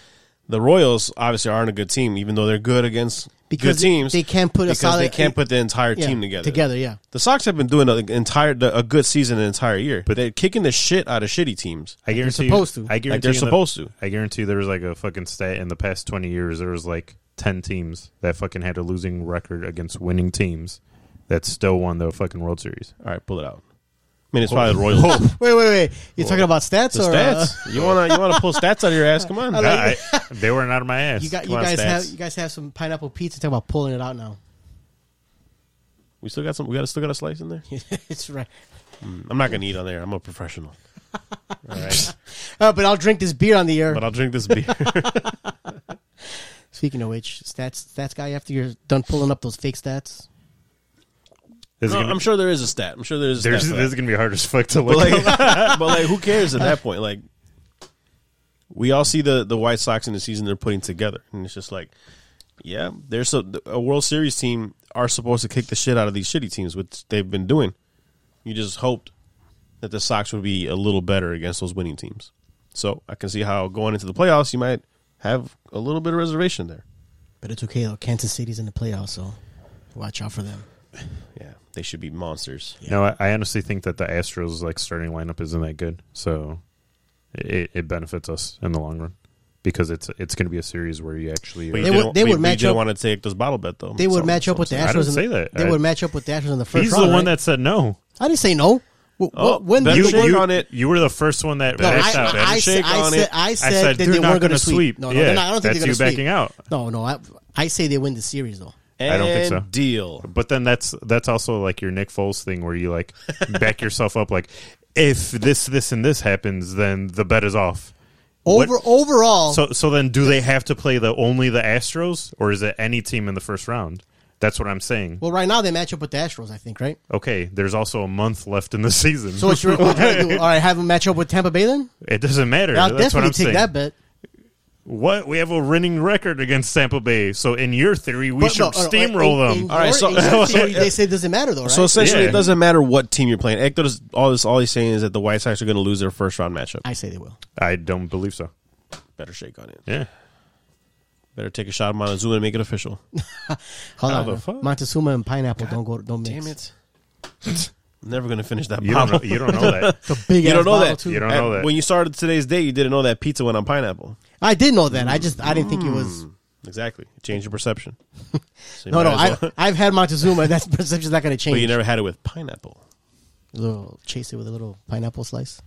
S7: the Royals obviously aren't a good team, even though they're good against
S9: Because
S7: good teams.
S9: they can't put a
S7: because they
S9: solid- e
S7: can't put the entire
S9: Yeah,
S7: team together.
S9: Together, yeah.
S7: The Sox have been doing an entire the- a good season an entire year, but they're kicking the shit out of shitty teams.
S8: I guarantee
S9: supposed
S8: you,
S9: to.
S8: I guarantee
S7: Like they're
S8: you that-
S7: supposed to.
S8: I guarantee you there was like a fucking stat in the past twenty years. There was like ten teams that fucking had a losing record against winning teams that still won the fucking World Series.
S7: All right, pull it out. I mean,
S8: Oh,
S7: it's probably the Royals.
S9: Wait, wait, wait. You're talking about stats
S7: The
S9: or uh,
S7: stats. you wanna you wanna pull stats out of your ass? Come on.
S8: I, I- they weren't out of my ass.
S9: you got
S8: Come
S9: you
S8: on,
S9: guys
S8: stats.
S9: have you guys have some pineapple pizza. Talk about pulling it out now.
S7: We still got some. We got still got a slice in there.
S9: it's right.
S7: I'm not gonna eat on there. I'm a professional. All right,
S9: Uh, but I'll drink this beer on the air.
S7: but I'll drink this beer.
S9: Speaking of which, stats stats guy, after you're done pulling up those fake stats,
S8: This is
S7: No,
S8: gonna-
S7: I'm sure there is a stat. I'm sure there is. A
S8: there's,
S7: stat for
S8: this
S7: that.
S8: is gonna be hard as fuck to
S7: but
S8: look. up.
S7: like, but like, who cares at that point? Like, we all see the the White Sox in the season they're putting together, and it's just like, yeah, there's a, a World Series team are supposed to kick the shit out of these shitty teams, which they've been doing. You just hoped that the Sox would be a little better against those winning teams. So I can see how going into the playoffs, you might have a little bit of reservation there.
S9: But it's okay though. Kansas City's in the playoffs, so watch out for them.
S7: Yeah, they should be monsters.
S8: No, I, I honestly think that the Astros like starting lineup isn't that good, so it, it benefits us in the long run because it's it's going to be a series where you actually.
S7: But
S9: They
S7: you
S9: would-
S7: didn't-
S9: they
S7: but
S9: would
S7: you
S9: match
S7: didn't
S9: up-
S7: want to take this bottle bet though.
S9: They would
S7: So-
S9: match up
S7: so-
S9: with the
S7: so-
S9: Astros.
S8: I didn't
S9: in-
S8: say that.
S9: They
S8: I-
S9: would match up with the Astros in the first
S8: he's
S9: round.
S8: the one
S9: right?
S8: that said no.
S9: I didn't say no. Wh-
S7: Oh,
S9: wh- when
S7: Better
S8: You,
S7: shake
S8: you,
S7: on it.
S8: you were the first one that
S9: No, I,
S8: backed out.
S9: I, I, said,
S7: shake
S9: I,
S7: on
S9: said,
S7: it.
S9: I said
S8: I said,
S9: that
S8: "They're
S9: they
S8: not
S9: weren't going
S8: gonna
S9: to sweep.
S8: sweep."
S9: No, no,
S8: Yeah,
S9: they're not, I don't think
S8: that's
S9: they're going
S8: you backing
S9: to sweep.
S8: out.
S9: No, no, I, I say they win the series though.
S8: I don't think so.
S7: And Deal.
S8: But then that's that's also like your Nick Foles thing where you like back yourself up like if this this and this happens then the bet is off. What-
S9: Over overall,
S8: So so then do they have to play the only the Astros or is it any team in the first round? That's what I'm saying.
S9: well, right now they match up with the Astros, I think, right?
S8: Okay, there's also a month left in the season.
S9: So what you're, what you're gonna do? All right, have them match up with Tampa Bay then?
S8: it doesn't matter.
S9: I'll
S8: That's
S9: definitely
S8: what I'm
S9: take
S8: saying.
S9: that bet.
S8: What we have a winning record against Tampa Bay. So in your theory, we
S9: But
S8: should
S9: no, no,
S8: steamroll
S9: in-
S8: them.
S9: in
S7: All right,
S9: your-
S7: so-
S9: in your theory,
S7: so-
S9: they say it doesn't matter though, right?
S7: So essentially,
S8: Yeah.
S7: it doesn't matter what team you're playing. Hector is all this. All he's saying is that the White Sox are going to lose their first round matchup.
S9: I say they will.
S8: I don't believe so.
S7: Better shake on it.
S8: Yeah.
S7: Better take a shot of Montezuma and make it official.
S9: Hold
S8: How
S9: on,
S8: the
S9: bro.
S8: fuck?
S9: Montezuma and pineapple don't go. Don't mix.
S7: I'm never going to finish that.
S8: You
S7: bottle.
S8: don't know, you don't know that.
S9: Big
S7: You
S9: ass
S7: don't know
S9: bottle,
S7: that.
S9: too.
S8: You don't
S7: And
S8: know that.
S7: When you started today's day, you didn't know that pizza went on pineapple.
S9: I did know that. I just I didn't think it was.
S7: Exactly. Change your perception. So you
S9: No,
S7: Mm. might
S9: no.
S7: as
S9: I,
S7: well-
S9: I've had Montezuma. That perception's not going to change.
S7: but you never had it with pineapple.
S9: little chase it with a little pineapple slice.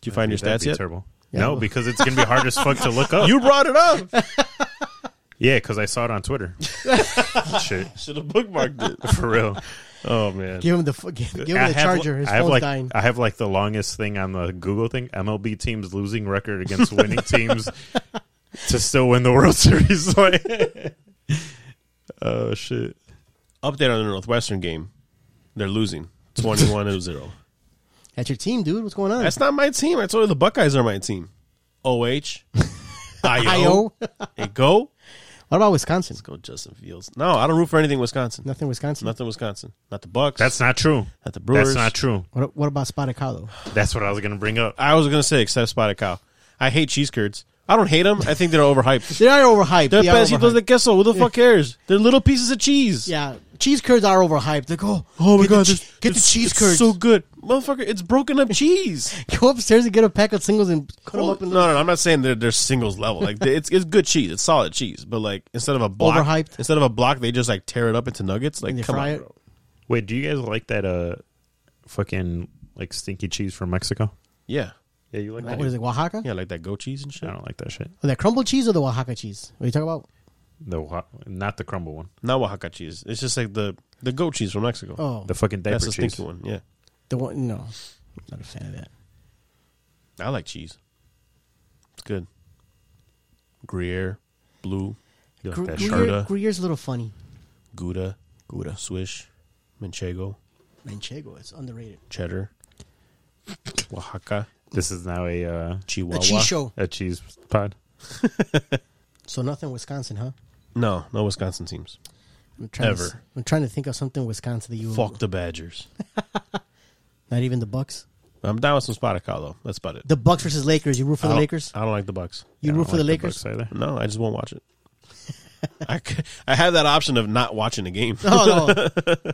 S7: Did you find your
S8: That'd
S7: stats
S8: be
S7: yet?
S8: terrible.
S9: Yeah.
S8: No, because it's gonna be hard as fuck to look up.
S7: You brought it up.
S8: yeah, because I saw it on Twitter. Shit,
S7: Should have bookmarked it.
S8: for real. Oh man,
S9: Give him the fu- give, give him
S8: I
S9: the
S8: have-
S9: charger. His
S8: I have
S9: phone's
S8: like
S9: dying.
S8: I have like the longest thing on the Google thing: MLB teams losing record against winning teams to still win the World Series. Like- oh shit!
S7: Update on the Northwestern game. They're losing 21 to 0.
S9: That's your team, dude. What's going on?
S7: That's not my team. I told you the Buckeyes are my team. OH. IO.
S9: IO.
S7: Hey, go.
S9: What about Wisconsin?
S7: Go Justin Fields. No, I don't root for anything Wisconsin.
S9: Nothing Wisconsin.
S7: Nothing Wisconsin. Not the Bucks.
S8: That's not true.
S7: At the Brewers.
S8: That's not true.
S9: What, what about Spotted Cow though?
S8: That's what I was gonna bring up.
S7: I was gonna say except spotted cow. I hate cheese curds. I don't hate them. I think they're overhyped.
S9: They are overhyped.
S7: They're
S9: They are
S7: pedacitos
S9: overhyped.
S7: de queso. Who the fuck cares? They're little pieces of cheese.
S9: yeah, cheese curds are overhyped. They go.
S7: Oh my
S9: get
S7: god!
S9: the,
S7: this-
S9: che- get the
S7: it's-
S9: cheese
S7: it's
S9: curds.
S7: So good, motherfucker! It's broken up cheese.
S9: go upstairs and get a pack of singles and cut them
S7: Well,
S9: up in
S7: no, no, no, I'm not saying they're, they're singles level. Like they- it's it's good cheese. It's solid cheese. But like instead of a block,
S9: Overhyped.
S7: Instead of a block, they just like tear it up into nuggets. Like
S9: and you
S7: come
S9: fry
S7: on,
S9: it.
S7: bro.
S8: Wait, do you guys like that? Uh, fucking like stinky cheese from Mexico?
S7: Yeah,
S8: Yeah, you like
S9: What is it, Oaxaca?
S7: yeah, like that goat cheese and shit.
S8: I don't like that shit.
S9: Oh, that crumble cheese or the Oaxaca cheese? What are you talking about?
S8: The wa- not the crumble one.
S7: Not Oaxaca cheese. It's just like the the goat cheese from Mexico.
S9: Oh,
S8: The fucking diaper
S7: that's the
S8: cheese.
S7: stinky one. Yeah,
S9: the one. No, not a fan of that.
S7: I like cheese. It's good. Gruyere, blue,
S8: You like
S9: Gru-
S8: that
S9: Gruyere-
S7: Sharda.
S9: Gruyere's a little funny.
S7: Gouda, Gouda, Swish, Manchego,
S9: Manchego, it's underrated.
S7: cheddar, Oaxaca,
S8: This is now a uh,
S7: Chihuahua.
S9: A cheese show.
S8: a cheese pod.
S9: So nothing Wisconsin, huh?
S7: No, no Wisconsin teams.
S9: I'm trying
S7: Ever.
S9: To, s- I'm trying to think of something Wisconsin that you
S7: Fuck the Badgers.
S9: Not even the Bucks.
S7: I'm down with some spotted cow though. That's about it.
S9: The Bucks versus Lakers. You root for
S7: I
S9: the
S7: don't-
S9: Lakers.
S7: I don't like the Bucks.
S9: You
S8: I
S9: root
S8: don't
S9: for the
S8: like
S9: Lakers.
S8: Bucks either.
S7: No, I just won't watch it. I, c- I have that option of not watching a game
S9: oh no,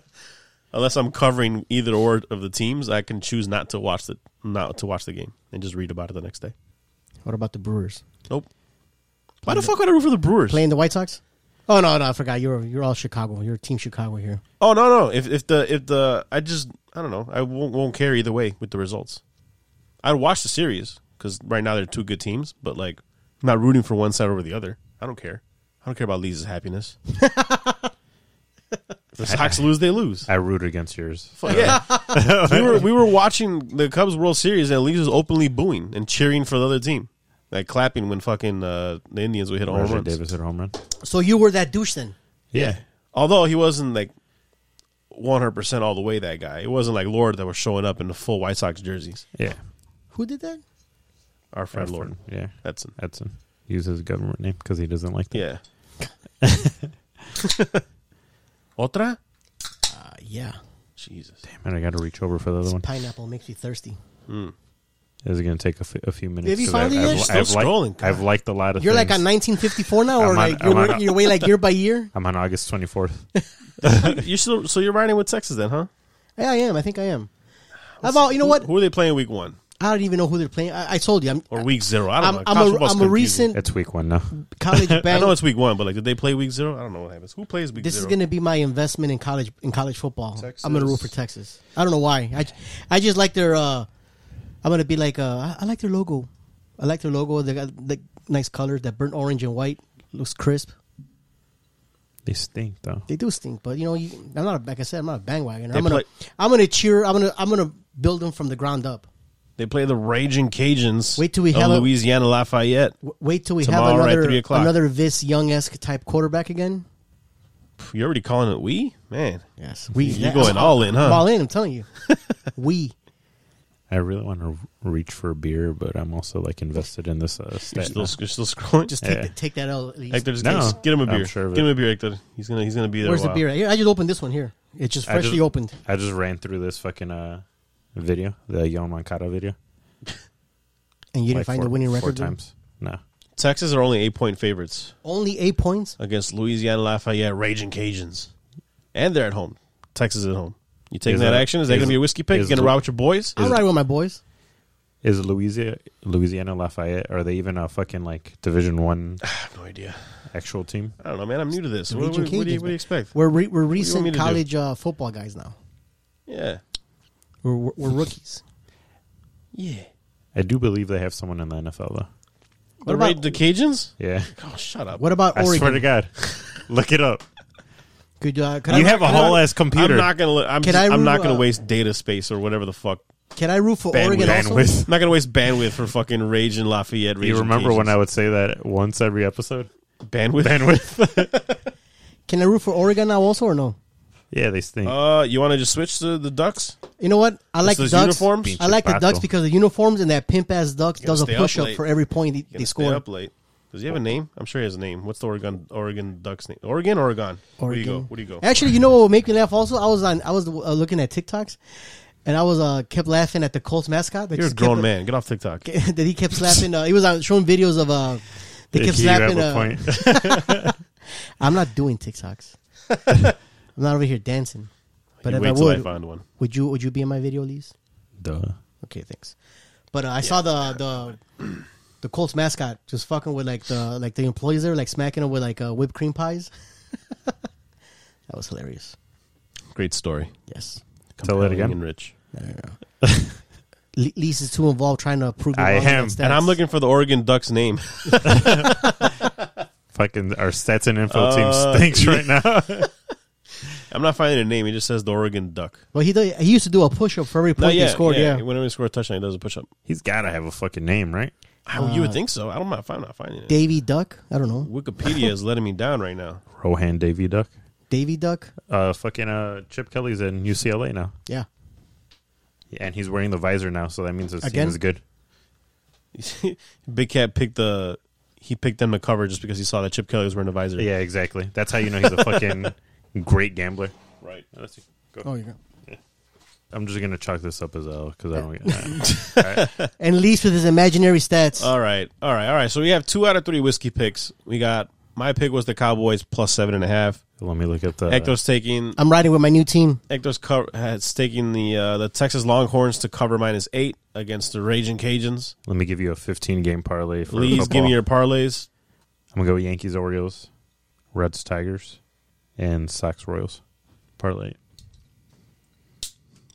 S7: unless I'm covering either or of the teams. I can choose not to watch the not to watch the game and just read about it the next day.
S9: What about the Brewers?
S7: Nope. Why the fuck would I root for the Brewers?
S9: Playing the White Sox? Oh no, no, I forgot. You're you're all Chicago. You're Team Chicago here.
S7: Oh no no! If if the if the I just I don't know I won't, won't care either way with the results. I'd watch the series because right now they're two good teams, but like I'm not rooting for one side over the other. I don't care. I don't care about Lee's happiness. if the Sox lose, they lose.
S8: I root against yours.
S7: Fuck yeah. we were we were watching the Cubs World Series and Lee's was openly booing and cheering for the other team, like clapping when fucking uh, the Indians would hit all
S8: Roger
S7: runs.
S8: Davis hit a home run.
S9: So you were that douche then?
S8: Yeah.
S7: Although he wasn't like 100% all the way that guy. It wasn't like Lord that was showing up in the full White Sox jerseys.
S8: Yeah.
S9: Who did that?
S7: Our friend Lord.
S8: Yeah.
S7: Edson.
S8: Edson. Use his government name because he doesn't like that.
S7: Yeah. Otra?
S9: Uh, yeah.
S7: Jesus. Damn.
S8: And I got to reach over for the other one.
S9: Pineapple makes you thirsty.
S8: This is going to take a fe- a few minutes.
S9: Have you
S8: 'cause I-
S9: finally
S8: I've,
S9: finished?
S8: I've
S7: Stop
S8: liked-
S7: scrolling, God.
S8: I've liked a lot of
S9: You're
S8: things.
S9: like on 1954 now, or
S8: I'm on-
S9: like you're
S8: I'm on-
S9: working your way like year by year.
S8: I'm on August 24th.
S7: You're still, so you're riding with Texas then, huh?
S9: Yeah, I am. I think I am. About you know what?
S7: Who are they playing week one
S9: I don't even know who they're playing. I, I told you. I'm,
S7: or week zero? I don't
S9: I'm,
S7: know.
S9: I'm
S7: College
S9: a,
S7: football's
S9: I'm a
S7: confusing.
S9: recent
S8: It's week one now.
S9: college bank.
S7: I know it's week one, but like, did they play week zero? I don't know what happens. Who plays week
S9: this
S7: zero?
S9: is going to be my investment in college in college football. I'm going
S7: Texas.
S9: to root for Texas. I don't know why. I, j- I just like their. Uh, I'm going to be like. Uh, I, I like their logo. I like their logo. They got the nice colors. That burnt orange and white looks crisp.
S8: They stink, though.
S9: They do stink, but you know, you, I'm not. A, like I said, I'm not a bandwagoner.
S7: They
S9: I'm gonna.
S7: play-
S9: I'm gonna cheer. I'm gonna. I'm gonna build them from the ground up.
S7: They play the Raging Cajuns.
S9: Wait till we
S7: of
S9: have a-
S7: Louisiana Lafayette.
S9: W- Wait till we
S7: Tomorrow
S9: have
S7: at
S9: another
S7: 3 o'clock.
S9: another Vince Young esque type quarterback again.
S7: You're already calling it we, man.
S9: Yes, we.
S7: You're going all in, huh?
S9: I'm all in. I'm telling you, we.
S8: I really want to reach for a beer, but I'm also like invested in this. Uh,
S7: You're
S8: stat
S7: still,
S8: now.
S7: you're still scrolling.
S9: Just take,
S8: Yeah.
S9: the, take that out. At least.
S7: Hector, just
S8: No,
S7: get, get him a
S8: I'm
S7: beer.
S8: sure of
S7: get
S8: it.
S7: him a beer, Hector. He's gonna he's gonna be there.
S9: Where's
S7: a
S9: the
S7: while.
S9: beer? at? Here, I just opened this one here. It's just
S8: I just-
S9: freshly opened.
S8: I just ran through this fucking uh, video, the Yon Mancada video.
S9: And you didn't
S8: like
S9: find
S8: four-
S9: the winning
S8: four
S9: record? dude?
S8: times. No.
S7: Texas are only eight point favorites
S9: Only eight points.
S7: against Louisiana Lafayette Raging Cajuns, and they're at home. Texas is at home. You taking
S8: Is
S7: that
S8: it-
S7: action? Is that
S8: is-
S7: gonna be a whiskey pick? You
S8: is
S7: gonna
S8: Lu-
S7: ride with your boys?
S9: I'll ride with my boys.
S8: Is Louisiana Louisiana Lafayette? Are they even a fucking like Division One
S7: I have no idea.
S8: actual team?
S7: I don't know, man. I'm new to this. What, what-
S9: Raging
S7: what do you,
S9: Cajuns,
S7: what do you
S9: man.
S7: expect?
S9: We're re- we're
S7: you want me
S9: recent
S7: to do?
S9: college uh, football guys now.
S7: Yeah,
S9: We're, we're, we're rookies.
S7: yeah.
S8: I do believe they have someone in the NFL though.
S7: What
S9: about-
S7: about the Cajuns?
S8: Yeah,
S7: Oh, shut up.
S9: What about
S8: I swear to
S9: Oregon?
S8: God, look it up.
S9: Could, uh, could
S8: You
S9: I,
S8: have a
S9: could I-
S8: whole ass computer.
S7: I'm not gonna. li- I'm,
S9: Can
S7: just-
S9: I
S7: I'm
S9: root,
S7: not gonna
S9: uh,
S7: waste data space or whatever the fuck.
S9: Can I root for
S8: bandwidth.
S9: Oregon also?
S8: Bandwidth.
S7: I'm not gonna waste bandwidth for fucking Rage and Lafayette. Rage
S8: you
S7: and
S8: remember when I
S7: Cajuns.
S8: would say that once every episode?
S7: bandwidth?
S8: Bandwidth.
S9: Can I root for Oregon now also or no?
S8: yeah, they stink.
S9: Oh.
S7: Uh, you want to just switch to the Ducks?
S9: You know what? I like the
S7: those
S9: Ducks.
S7: uniforms?
S9: I like the
S8: Pinche
S9: Ducks
S8: pato.
S9: because the uniforms and that pimp ass Ducks does a
S7: stay up
S9: push up
S7: late.
S9: for every point he,
S7: Gonna stay
S9: they score.
S7: up late. Does he have a name? I'm sure he has a name. What's the Oregon Oregon Ducks name? Oregon, Oregon. Where do you go?
S9: Oregon.
S7: Where do you go?
S9: Actually, you know what would make me laugh? Also, I was on. I was uh, looking at TikToks, and I was uh, kept laughing at the Colts mascot. That
S7: You're a
S9: just
S7: grown
S9: kept,
S7: man. Get off TikTok.
S9: that he kept slapping. Uh, he was uh, showing videos of. Uh, they kept
S8: You
S9: slapping.
S8: have a
S9: uh,
S8: point.
S9: I'm not doing TikToks. I'm not over here dancing. But if
S7: wait
S9: I
S7: till I
S9: would,
S7: find one.
S9: would you would you be in my video, Lees?
S8: Duh.
S9: Okay, thanks. But uh, I saw the the the Colts mascot just fucking with like the like the employees there, like smacking them with like uh, whipped cream pies. that was hilarious.
S7: Great story.
S9: Yes.
S8: Tell it
S7: Young
S8: again.
S7: and Rich.
S9: Le- Lise is too involved trying to prove. me
S8: I
S9: wrong
S8: am,
S9: about
S7: And
S9: stats.
S7: I'm looking for the Oregon Ducks name.
S8: Fucking our stats and info team stinks right now.
S7: I'm not finding a name. It just says the Oregon Duck.
S9: Well, he do- he used to do a push up for every
S7: No,
S9: point he scored. Yeah.
S7: Whenever he scores a touchdown, he does a push up.
S8: He's got to have a fucking name, right?
S7: you
S9: Uh,
S7: would think so. I don't. know if I'm not finding it.
S9: Davy Duck. I don't know.
S7: Wikipedia is letting me down right now.
S8: Rohan Davy Duck.
S9: Davy Duck.
S8: Uh, fucking uh, Chip Kelly's in UCLA now,
S9: Yeah.
S8: and he's wearing the visor now, so that means his
S9: Again?
S8: team is good.
S7: Big Cat picked the. He picked them to cover just because he saw that Chip Kelly was wearing a visor.
S8: Yeah, exactly. That's how you know he's a fucking great gambler.
S7: right.
S8: Let's see. Go.
S9: Oh, you go.
S8: I'm just gonna chalk this up as L because I don't.
S9: And Lise with his imaginary stats.
S7: All right, all right, all right. So we have two out of three whiskey picks. We got my pick was the Cowboys plus seven and a half.
S8: let me look at the.
S7: Ecto's taking
S9: I'm riding with my new team.
S7: Ecto's co- has taken the uh, the Texas Longhorns to cover minus eight against the Raging Cajuns.
S8: Let me give you a 15 game parlay. For
S7: Please
S8: football.
S7: give me your parlays.
S8: I'm gonna go Yankees Orioles, Reds Tigers, and Sox Royals parlay.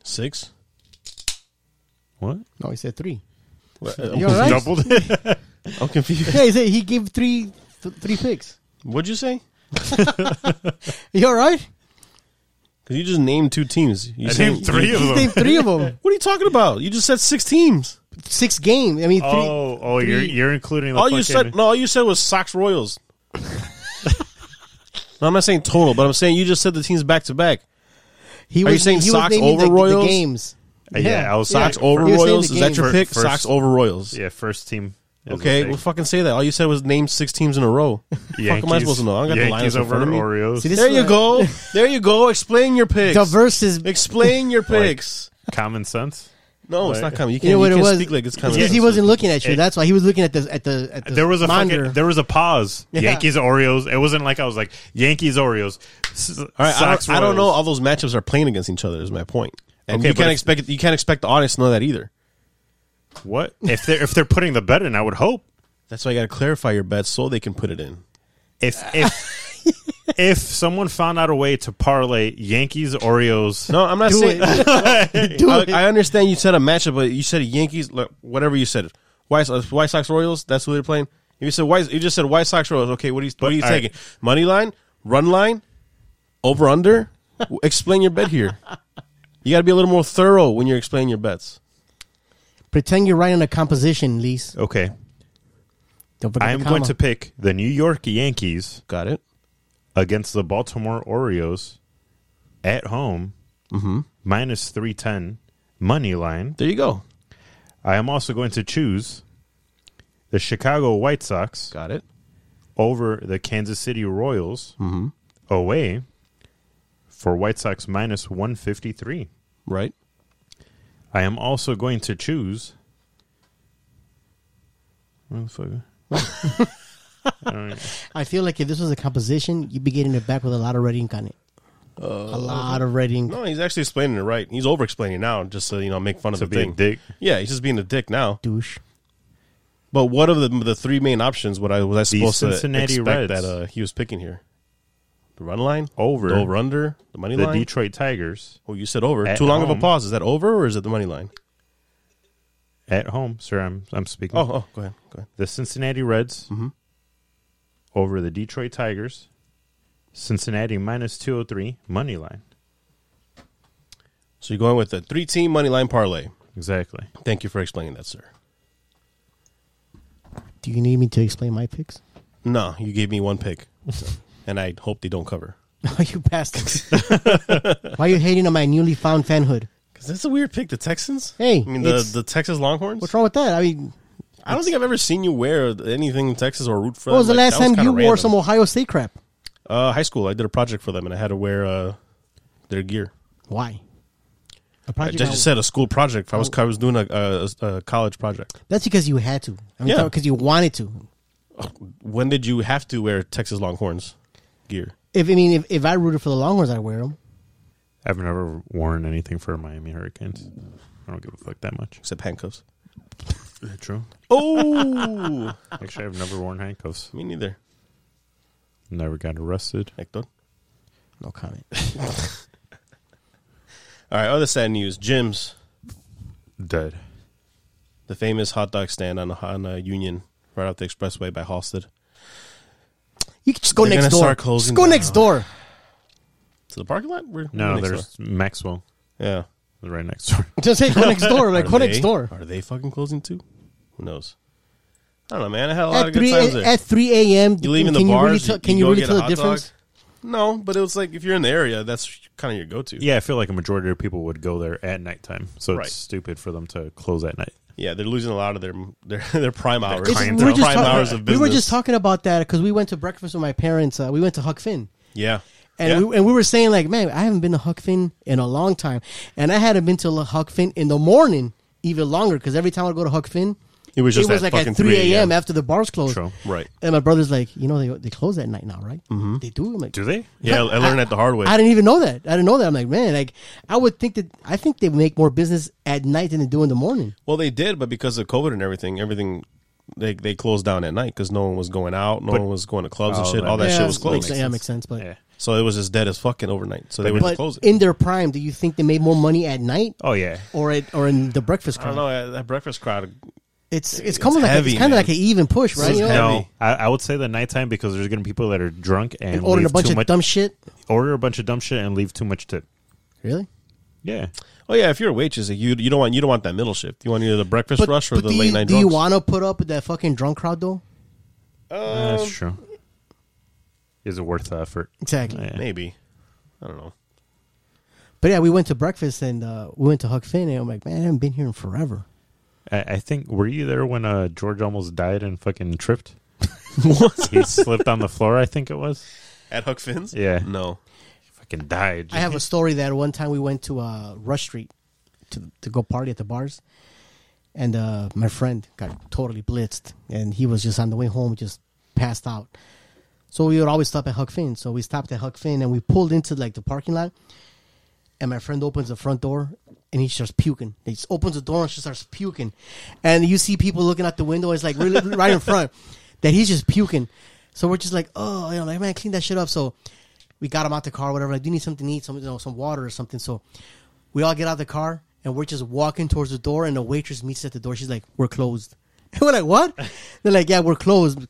S7: Six.
S8: What?
S9: No, he said three.
S7: What?
S9: You all right?
S8: Doubled it.
S7: I'm confused.
S9: Yeah, he said he gave three th- three picks.
S7: What'd you say?
S9: You all right?
S7: Because you just named two teams. You
S8: I
S7: said-
S8: named three of
S9: He
S8: them.
S9: named three of them.
S7: What are you talking about? You just said six teams.
S9: Six games. I mean, three.
S8: Oh, oh, you you're
S9: three-
S8: you're including the
S7: all Oh, you
S8: fucking- uh,
S7: said no all you said was Sox Royals. no, I'm not saying total, but I'm saying you just said the teams back to back.
S9: He
S7: Are you saying socks
S9: naming
S7: over
S9: the,
S7: Royals?
S9: The games.
S8: Uh, yeah, I was-
S7: Sox
S8: Yeah,
S7: over
S9: he was saying
S7: Royals.
S9: the
S7: Is that your
S8: game.
S7: pick?
S8: First-
S7: Sox over Royals.
S8: Yeah, first team. is
S7: Okay,
S8: the
S7: well,
S8: pick.
S7: fucking say that. All you said was name six teams in a row. fuck am I supposed to know? I don't got the
S8: Yankees
S7: Lions in
S8: over
S7: front of me.
S8: Oreos.
S9: See, this
S7: There
S9: is
S7: you
S9: what-
S7: go. There you go. Explain your picks.
S9: Diverse is
S7: Explain your picks.
S8: Common sense.
S7: No, it's not coming. You
S9: You
S7: can't,
S9: know what
S7: you
S9: it
S7: can't
S9: was?
S7: speak like it's coming.
S9: because he wasn't looking at you.
S8: It-
S9: That's why he was looking at the at the at the
S8: There was a
S9: monitor.
S8: fucking, there was a pause.
S9: Yeah.
S8: Yankees Oreos. It wasn't like I was like Yankees Oreos. S-
S7: All right,
S8: Sox
S7: I, don't, I don't know.
S8: Royals.
S7: All those matchups are playing against each other. Is my point. And
S8: Okay,
S7: you
S8: but
S7: can't
S8: if-
S7: expect you can't expect the audience to know that either.
S8: What if they're if they're putting the bet in? I would hope
S7: That's why you got to clarify your bets so they can put it in.
S8: if if if someone found out a way to parlay Yankees Oreos.
S7: No, I'm not
S9: Do
S7: saying.
S9: it. Do it.
S7: I, I understand you said a matchup, but you said Yankees, like, whatever you said. White, Sox- White Sox Royals. That's who they're playing. If you said White, you just said White Sox Royals. Okay, what are you, what are you
S8: all right.
S7: taking? Money line, run line, over under. W- Explain your bet here. You got to be a little more thorough when you're explaining your bets.
S9: Pretend you're writing a composition, Lise.
S8: Okay,
S9: Don't forget
S8: I
S9: the
S8: am going
S9: comma.
S8: to pick the New York Yankees
S7: Got it.
S8: against the Baltimore Oreos at home
S7: Mm-hmm.
S8: minus three ten money line.
S7: There you go.
S8: I am also going to choose the Chicago White Sox
S7: Got it.
S8: over the Kansas City Royals
S7: Mm-hmm.
S8: away for White Sox minus 153.
S7: Right.
S8: I am also going to choose. Motherfucker.
S9: I feel like if this was a composition, you'd be getting it back with a lot of red ink on it.
S8: Uh,
S9: a lot of red ink.
S7: No, he's actually explaining it right. He's over explaining now, just to you know make fun of
S8: To
S7: the
S8: be a
S7: thing.
S8: dick.
S7: Yeah, he's just being a dick now.
S9: Douche.
S7: But what of the the three main options? What I was I supposed to
S8: Cincinnati
S7: expect
S8: Reds.
S7: that uh, he was picking here? The run line
S8: Over.
S7: the over under the money
S8: The
S7: line.
S8: Detroit Tigers
S7: oh, you said over.
S8: At
S7: Too long of a
S8: home.
S7: pause. Is that over or is it the money line?
S8: at home. Sir, I'm, I'm speaking.
S7: Oh, oh, go ahead, go ahead.
S8: The Cincinnati Reds over the Detroit Tigers. Cincinnati minus 203 money line.
S7: So you're going with the three team money line parlay.
S8: Exactly.
S7: Thank you for explaining that, sir.
S9: Do you need me to explain my picks?
S7: No, you gave me one pick, so- and I hope they don't cover
S9: Are you bastards? Why are you hating on my newly found fanhood?
S7: because that's a weird pick. The Texans.
S9: Hey,
S7: I mean the
S9: it's-
S7: the Texas Longhorns.
S9: What's wrong with that? I mean,
S7: I don't think I've ever seen you wear anything in Texas or root for.
S9: what was the
S7: them. Like,
S9: last
S7: that
S9: time you
S7: kinda
S9: wore
S7: random.
S9: some Ohio State crap?
S7: Uh, high school. I did a project for them, and I had to wear uh, their gear.
S9: Why? A
S7: I
S9: project
S7: just just said a school project. I was
S9: Oh.
S7: I was doing a, a, a college project.
S9: That's because you had to. I mean,
S7: Yeah.
S9: because you wanted to.
S7: When did you have to wear Texas Longhorns gear?
S9: If I mean, if, if I rooted for the Longhorns, I'd wear them.
S8: I've never worn anything for Miami Hurricanes. I don't give a fuck that much.
S7: Except handcuffs.
S8: True.
S7: Oh,
S8: Actually, I've never worn handcuffs.
S7: me neither.
S8: Never got arrested.
S7: Hector.
S9: No comment.
S7: All right. Other sad news. Jim's,
S8: Dead.
S7: the famous hot dog stand on on uh, Union, right off the expressway by Halsted.
S9: You can just go
S7: They're
S9: next
S7: gonna
S9: door.
S7: start
S9: just
S7: closing
S9: go
S7: down.
S9: next door.
S7: To the parking lot. We're, we're
S8: No,
S7: next
S8: there's Maxwell
S7: door. yeah.
S8: right next door.
S9: Just say go next door. Like
S7: Are
S9: go
S7: they-
S9: next door.
S7: Are they fucking closing too? Who knows? I don't know, man. I had a lot
S9: At
S7: of good
S9: three
S7: times there.
S9: at three a.m.
S7: You leave in the
S9: can
S7: bars.
S9: You really tell, can you,
S7: go
S9: really
S7: get
S9: tell
S7: a
S9: the
S7: hot dog?
S9: difference?
S7: No, but it was like if you're in the area, that's kind of your go-to.
S8: yeah, I feel like a majority of people would go there at nighttime, so
S7: Right.
S8: it's stupid for them to close at night.
S7: Yeah, they're losing a lot of their their, their prime hours.
S9: It's-
S8: clientele.
S9: we, were just
S7: prime
S9: talking-
S7: hours of
S9: we
S7: business.
S9: were just talking about that because we went to breakfast with my parents. Uh, we went to Huck Finn.
S7: Yeah,
S9: And,
S7: Yeah.
S9: we, and we were saying like, man, I haven't been to Huck Finn in a long time, and I hadn't been to L- Huck Finn in the morning even longer because every time I go to Huck Finn,
S7: It was just
S9: it was
S7: at
S9: like at
S7: fucking
S9: three
S7: 3
S9: a.m.
S7: a.m.
S9: after the bars closed.
S8: True.
S7: Right.
S9: And my brother's like, you know, they they close at night now, right? Mm-hmm. They do. I'm like,
S8: Do they?
S7: yeah. I learned that the hard way.
S9: I didn't even know that. I didn't know that. I'm like, man, like I would think that I think they make more business at night than they do in the morning.
S7: well, they did, but because of COVID and everything, everything they they closed down at night because no one was going out, no
S8: But-
S7: one was going to clubs and
S8: Oh,
S7: shit.
S8: that
S7: All that
S8: makes
S7: shit was
S9: makes-
S7: closed,
S9: yeah, makes sense. But
S8: Yeah.
S7: so it was just dead as fucking overnight. So they were just
S9: but
S7: closing.
S9: in their prime, do you think they made more money at night
S8: Oh yeah.
S9: or at or in the breakfast
S7: I don't
S9: crowd?
S7: know uh, that breakfast crowd.
S9: It's it's kind of like
S7: heavy,
S9: a, it's kind
S7: man.
S9: of like an even push, right?
S7: is
S9: You know?
S7: heavy.
S8: No, I, I would say the nighttime because there's gonna be people that are drunk and,
S9: and ordering
S8: leave
S9: a bunch
S8: too
S9: of
S8: much,
S9: dumb shit.
S8: order a bunch of dumb shit and leave too much tip.
S9: Really?
S8: Yeah,
S7: Oh yeah, if you're a waitress, you you don't want you don't want that middle shift. You want either the breakfast rush or the
S9: do
S7: late
S9: you,
S7: night.
S9: Do you
S7: drunks.
S9: want to put up with that fucking drunk crowd though?
S8: that's true. Is it worth the effort?
S9: Exactly.
S8: Yeah.
S7: Maybe. I don't know.
S9: But yeah, we went to breakfast and uh, we went to Huck Finn, and I'm like, man, I haven't been here in forever.
S8: I, I think were you there when uh, George almost died and fucking tripped? what? He slipped on the floor. I think it was.
S7: At Hook Fins?
S8: Yeah.
S7: No.
S8: Fucking died.
S9: I have a story that one time we went to uh, Rush Street to to go party at the bars, and uh, my friend got totally blitzed, and he was just on the way home, just passed out. So we would always stop at Huck Finn. So we stopped at Huck Finn, and we pulled into like the parking lot, and my friend opens the front door, and he starts puking. He just opens the door and she starts puking, and you see people looking out the window. It's like really right in front that he's just puking. So we're just like, oh, you know, like man, clean that shit up. So we got him out the car, whatever. Like, do you need something to eat? Some, you know, some water or something. So we all get out of the car and we're just walking towards the door, and the waitress meets us at the door. She's like, "We're closed." And we're like, "What?" They're like, "Yeah, we're closed." I'm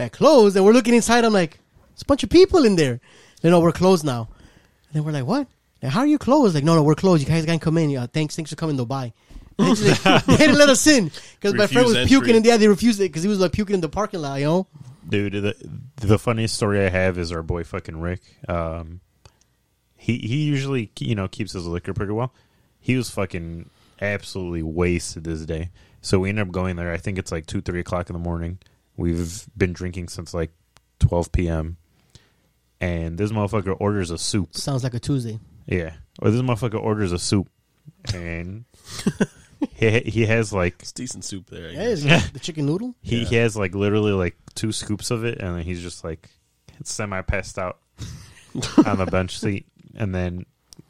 S9: like closed, and we're looking inside. I'm like, "There's a bunch of people in there." They know we're closed now. And then we're like, "What? Like, how are you closed?" Like, "No, no, we're closed. You guys can't come in. Yeah, thanks, thanks for coming though. Bye." They just, like, they didn't let us in because my
S7: Refuse
S9: friend was
S7: entry.
S9: puking, and yeah, they refused it because he was like puking in the parking lot. You know,
S8: dude the, the funniest story i have is our boy fucking rick um he he usually you know keeps his liquor pretty well he was fucking absolutely wasted this day so we ended up going there i think it's like 2 3 o'clock in the morning we've been drinking since like 12 p.m and this motherfucker orders a soup
S9: sounds like a Tuesday.
S8: yeah or this motherfucker orders a soup and he, he has like
S7: It's decent soup there. I
S9: Yeah,
S7: guess.
S9: it's the chicken noodle.
S8: he, he has like literally like two scoops of it, and then he's just like semi passed out on the bench seat. And then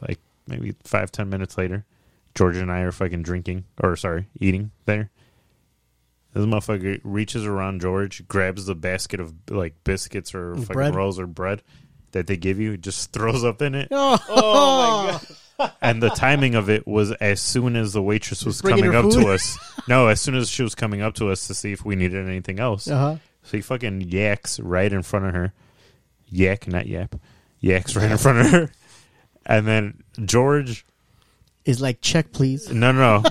S8: like maybe five ten minutes later, George and I are fucking drinking or sorry eating there. This motherfucker reaches around George, grabs the basket of like biscuits or fucking
S9: bread.
S8: rolls or bread that they give you, just throws up in it.
S9: Oh,
S8: And the timing of it was as soon as the waitress was
S9: bringing
S8: coming
S9: her
S8: up
S9: food?
S8: to us. No, as soon as she was coming up to us to see if we needed anything else.
S9: Uh-huh.
S8: So he fucking yaks right in front of her. Yak, not yap. Yaks right in front of her. And then George,
S9: it's like check, please.
S8: no, no, no.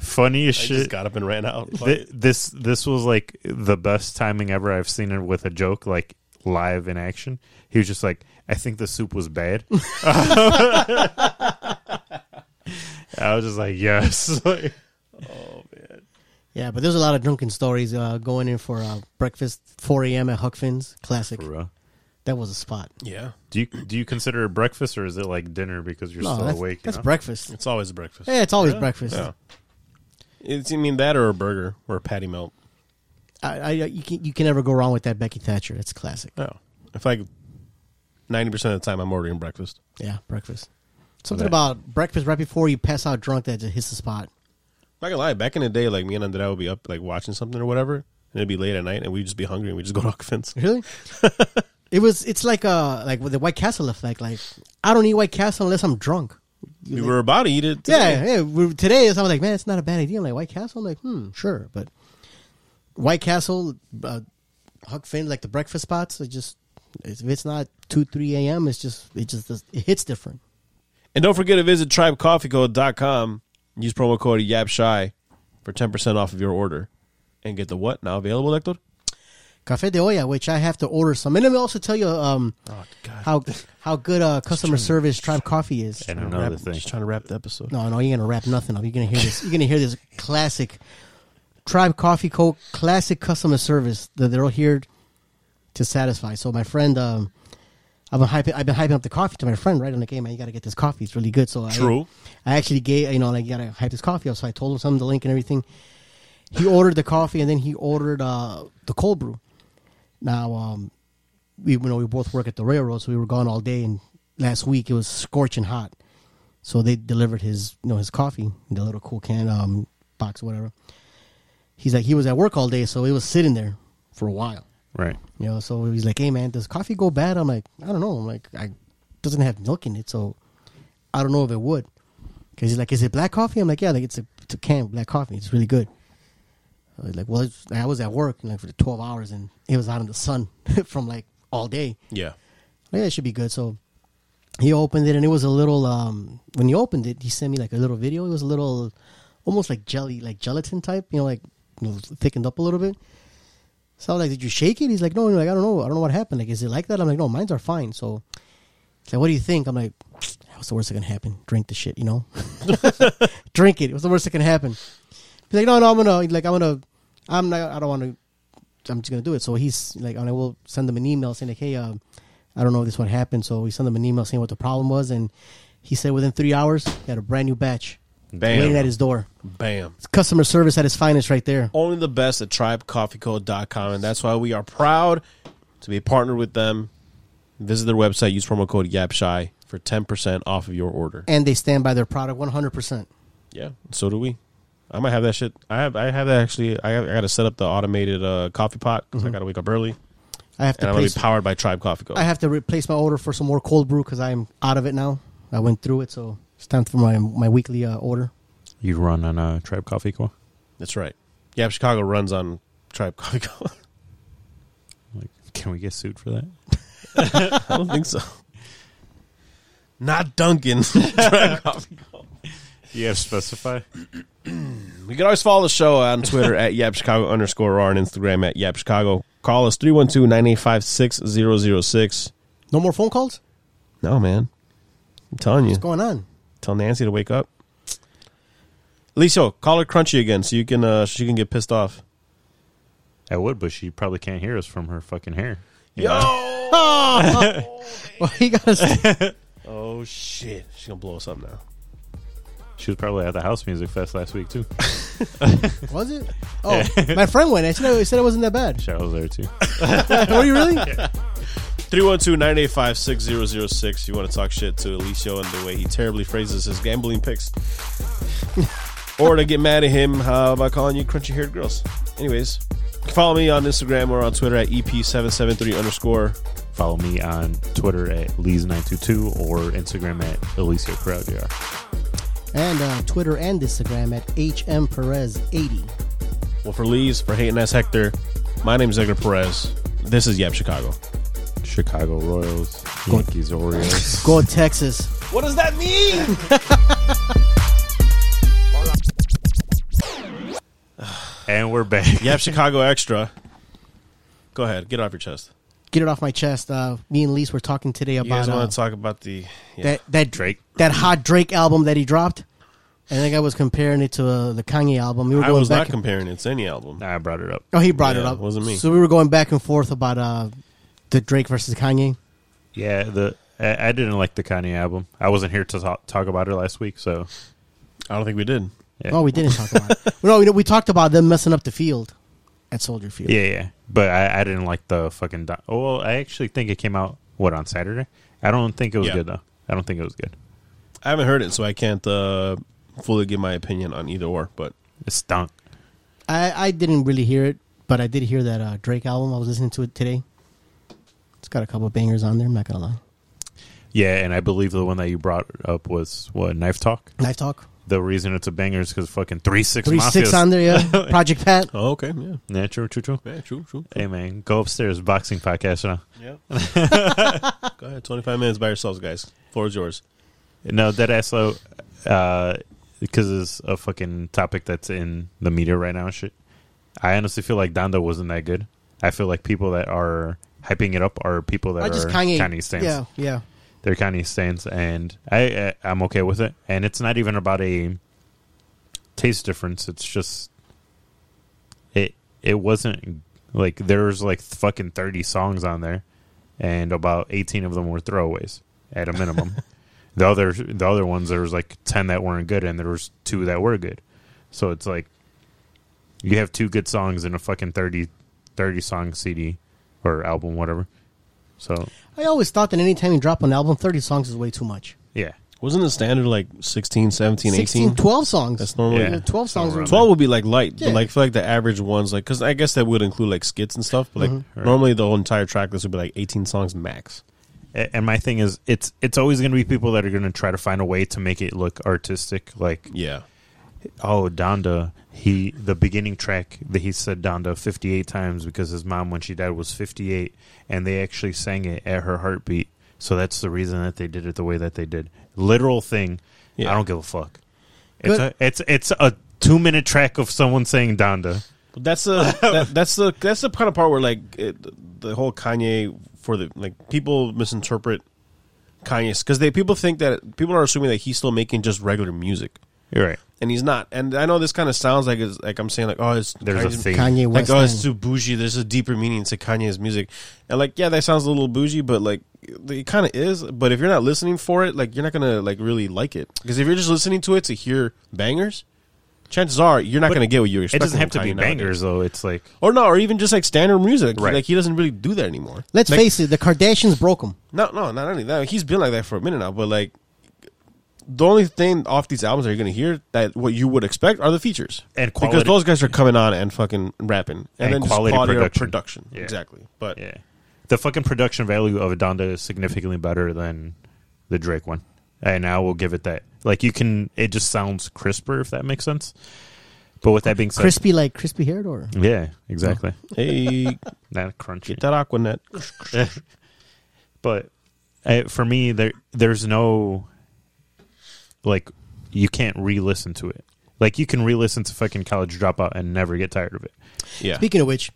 S8: funny as
S7: I
S8: shit.
S7: just got up and ran out.
S8: Th- this this was like the best timing ever I've seen it with a joke like live in action. He was just like, "I think the soup was bad." I was just like, "Yes." Like,
S9: Yeah, but there's a lot of drunken stories uh, going in for uh, breakfast, 4 a.m. at Huck Finn's. Classic. That was a spot.
S7: yeah.
S8: do you do you consider it breakfast or is it like dinner because you're
S9: No,
S8: still
S9: Oh, that's,
S8: awake? you
S9: that's
S8: know?
S9: breakfast.
S7: It's always breakfast.
S9: Yeah, it's always breakfast.
S7: Yeah. It's, I mean, that or a burger or a patty melt.
S9: I, I, you can you can never go wrong with that Becky Thatcher. It's classic.
S7: Oh. If I, 90% of the time, I'm ordering breakfast.
S9: Yeah, breakfast. Something about breakfast right before you pass out drunk that just hits the spot.
S7: I'm not gonna lie, back in the day, like me and Andrea would be up, like watching something or whatever, and it'd be late at night, and we'd just be hungry, and we'd just go to Huck Finn's.
S9: Really? it was. It's like uh like with the White Castle effect. Like I don't eat White Castle unless I'm drunk.
S7: We were about to eat it.
S9: Yeah,
S7: Today.
S9: yeah. we today, so I'm like, man, it's not a bad idea. I'm like, White Castle. I'm like, hmm, sure, but White Castle, uh, Huck Finn, like the breakfast spots. It just if it's not two, three a.m., it's just it just does- it hits different.
S7: And don't forget to visit tribecoffeeco.com. Use promo code YAPSHY for 10% off of your order. And get the what now available, Hector?
S9: Cafe de olla, which I have to order some, and let me also tell you um how how good uh, customer service Tribe Coffee is.
S8: And
S7: Wrap-
S8: another thing,
S7: Just trying to wrap the episode.
S9: No, no, you're gonna wrap nothing up. You're gonna hear this. You're gonna hear this classic Tribe Coffee Co. classic customer service that they're all here to satisfy. So my friend, um, I've been hyping. I've been hyping up the coffee to my friend, right? I'm like, hey man, you gotta get this coffee. It's really good. So I-
S7: True.
S9: I, actually gave you know like you gotta hype this coffee up. So I told him something, the link and everything. He ordered the coffee and then he ordered uh, the cold brew. Now, um, we you know we both work at the railroad, so we were gone all day. And last week it was scorching hot, so they delivered his you know his coffee in the little cool can um box whatever. He's like he was at work all day, so it was sitting there for a while.
S8: right?
S9: You know, so he's like, "Hey man, does coffee go bad?" I'm like, "I don't know." I'm like, "I doesn't have milk in it, so I don't know if it would." Because he's like, "Is it black coffee?" I'm like, "Yeah, like it's a it's a can of black coffee. It's really good." I was like, "Well, it's, I was at work like for 12 hours, and it was out in the sun from like all day.
S7: Yeah.
S9: Like, yeah, it should be good." So he opened it, and it was a little. um When he opened it, he sent me like a little video. It was a little, almost like jelly, like gelatin type. You know, like you know, thickened up a little bit. So I was like, "Did you shake it?" He's like, "No." He's like, "I don't know. I don't know what happened. Like, is it like that?" I'm like, "No, mine's are fine." So he's like, "What do you think?" I'm like, what's the worst that can happen? Drink the shit, you know? Drink it. What's the worst that can happen? He's like, no, no, I'm gonna like I'm gonna I'm not I don't wanna I'm just gonna do it. So he's like and I will send them an email saying like, Hey, uh, I don't know if this what happened. So we sent him an email saying what the problem was and he said within three hours he had a brand new batch
S7: Bam.
S9: waiting at his door.
S7: Bam.
S9: It's customer service at his finest right there.
S7: only the best at tribecoffeeco.com and that's why we are proud to be partnered with them visit their website use promo code yapshy for 10% off of your order
S9: And they stand by their product one hundred percent.
S7: yeah so do we i might have that shit i have i have that actually i, have, I gotta set up the automated uh, coffee pot because
S8: Mm-hmm.
S7: i gotta wake up early
S9: I have
S7: and
S9: to
S7: i'm gonna be
S9: place,
S7: powered by tribe coffee co
S9: I have to replace my order for some more cold brew because I'm out of it now. I went through it, so it's time for my my weekly uh, order.
S8: You run on a Tribe Coffee Co.
S7: that's right yap chicago runs on tribe coffee co
S8: Like, can we get sued for that?
S7: i don't think so not duncan tribe coffee
S8: You have to specify.
S7: You can always follow the show on Twitter at yapchicago underscore or on Instagram at yapchicago. Call us 312-985-6006.
S9: No more phone calls.
S7: No, man. I'm telling you.
S9: What's going on?
S7: Tell Nancy to wake up. Liso, call her crunchy again so you can uh, she can get pissed off.
S8: I would, but she probably can't hear us from her fucking hair. You know?
S7: Yo!
S9: Well, you gotta say-
S7: Oh, shit. She's going to blow us up now.
S8: She was probably at the house music fest last week too.
S9: was it? Oh, my friend went. I said, I said it wasn't that bad.
S8: Shout was there too.
S9: Were you really?
S7: 312-985-6006 if you want to talk shit to Alicio and the way he terribly phrases his gambling picks. or to get mad at him uh, by calling you crunchy-haired girls. Anyways, follow me on Instagram or on Twitter at E EP773 underscore.
S8: Follow me on Twitter at Lees922 or Instagram at Alicia Claudia.
S9: And uh, Twitter and Instagram at HM Perez 80.
S7: Well, for Lee's, for hating ass Hector, my name's Edgar Perez. This is Yap Chicago.
S8: Chicago Royals, Yankees, Orioles.
S9: Go Texas.
S7: What does that mean?
S8: And we're back.
S7: Yap Chicago Extra. Go ahead. Get it off your chest.
S9: Get it off my chest. Uh, me and Lise were talking today
S7: You guys
S9: about uh,
S7: want to talk about the... Yeah.
S9: that that
S8: Drake.
S9: that hot Drake album that he dropped. And that guy was comparing it to uh, the Kanye album. We were
S7: I
S9: going
S7: was
S9: back.
S7: not comparing it to any album.
S8: I brought it up.
S9: oh, he brought
S7: Yeah,
S9: it up.
S7: wasn't me.
S9: So we were going back and forth about uh, the Drake versus Kanye.
S8: Yeah, the I, I didn't like the Kanye album. I wasn't here to talk, talk about it last week, so
S7: I don't think we did.
S8: Yeah.
S9: No, we didn't talk about it. No, we, we talked about them messing up the field at Soldier Field.
S8: yeah, yeah. But I, I didn't like the fucking. Do- oh, well, I actually think it came out what on Saturday. I don't think it was
S7: Yeah.
S8: good though. I don't think it was good.
S7: I haven't heard it, so I can't uh, fully give my opinion on either or. But
S8: It stunk.
S9: I, I didn't really hear it, but I did hear that uh, Drake album. I was listening to it today. It's got a couple of bangers on there. I'm not gonna lie.
S8: Yeah, and I believe the one that you brought up was what Knife Talk.
S9: Knife Talk,
S8: The reason it's a banger is because fucking three six
S9: three six on there. Yeah, Project Pat.
S7: oh, okay, yeah,
S8: Yeah, true, true, true.
S7: yeah, true, true.
S8: Hey man, go upstairs boxing podcast now.
S7: Go ahead, twenty five minutes by yourselves, guys. Floor is yours.
S8: No, that ass though, uh, because it's a fucking topic that's in the media right now and shit. I honestly feel like Donda wasn't that good. I feel like people that are hyping it up are people that
S9: I
S8: are
S9: just Kanye.
S8: stands.
S9: Yeah, yeah.
S8: They're Kanye stands, and I, I I'm okay with it. And it's not even about a taste difference. It's just it it wasn't like there's like fucking thirty songs on there, and about eighteen of them were throwaways at a minimum. the other the other ones there was like ten that weren't good, and there was two that were good. So it's like you have two good songs in a fucking 30, 30 song CD or album, whatever. So
S9: I always thought that anytime you drop an album, thirty songs is way too much.
S8: yeah,
S7: Wasn't the standard like 16, 17,
S9: 16,
S7: 18?
S9: 12 songs.
S7: That's normally
S8: Yeah.
S9: 12 songs.
S8: Somewhere
S9: Would,
S8: around there.
S7: twelve would be like light,
S9: Yeah.
S7: but like I feel like the average ones like because I guess that would include like skits and stuff. But like normally the whole entire track list would be like eighteen songs max.
S8: A- and my thing is it's it's always going to be people that are going to try to find a way to make it look artistic like
S7: Yeah,
S8: oh donda he the beginning track that he said donda 58 times because his mom when she died was 58 and they actually sang it at her heartbeat so that's the reason that they did it the way that they did literal thing
S7: Yeah.
S8: i don't give a fuck it's
S9: Good.
S8: a, it's it's a 2 minute track of someone saying donda
S7: but that's the that, that's the that's the kind of part where like it, the whole Kanye for the like people misinterpret Kanye's because they people think that people are assuming that he's still making just regular music,
S8: You're right.
S7: and he's not. And I know this kind of sounds like it's, like I'm saying like oh it's
S8: There's a
S7: Kanye's-
S8: thing.
S9: Kanye
S7: like
S9: West.
S7: oh it's
S9: thing.
S7: too bougie. There's a deeper meaning to Kanye's music, and like yeah that sounds a little bougie, but like it kind of is. But if you're not listening for it, like you're not gonna like really like it because if you're just listening to it to hear bangers, chances are you're not
S8: But
S7: gonna get what you
S8: It
S7: expect.
S8: doesn't have to
S7: from
S8: be
S7: Kanye nowadays.
S8: bangers though. It's like
S7: or no, or even just like standard music.
S8: Right.
S7: Like he doesn't really do that anymore.
S9: Let's
S7: like,
S9: face it, the Kardashians broke him.
S7: No, no, not only that. He's been like that for a minute now, but like the only thing off these albums that you're gonna hear that what you would expect are the features
S8: And
S7: because
S8: quality.
S7: those guys are coming on and fucking rapping and,
S8: And
S7: then just
S8: quality
S7: quality, of
S8: production.
S7: production,
S8: Yeah.
S7: exactly. But
S8: yeah, the fucking production value of Donda is significantly better than the Drake one, and I will give it that. Like you can, it just sounds crisper if that makes sense. But with that being said,
S9: Crispy like crispy haired or
S8: yeah, exactly,
S7: hey,
S8: not crunchy.
S7: get that Aquanet.
S8: but uh, for me there there's no like you can't re-listen to it like you can re-listen to fucking college dropout and never get tired of it
S7: Yeah,
S9: Speaking of which,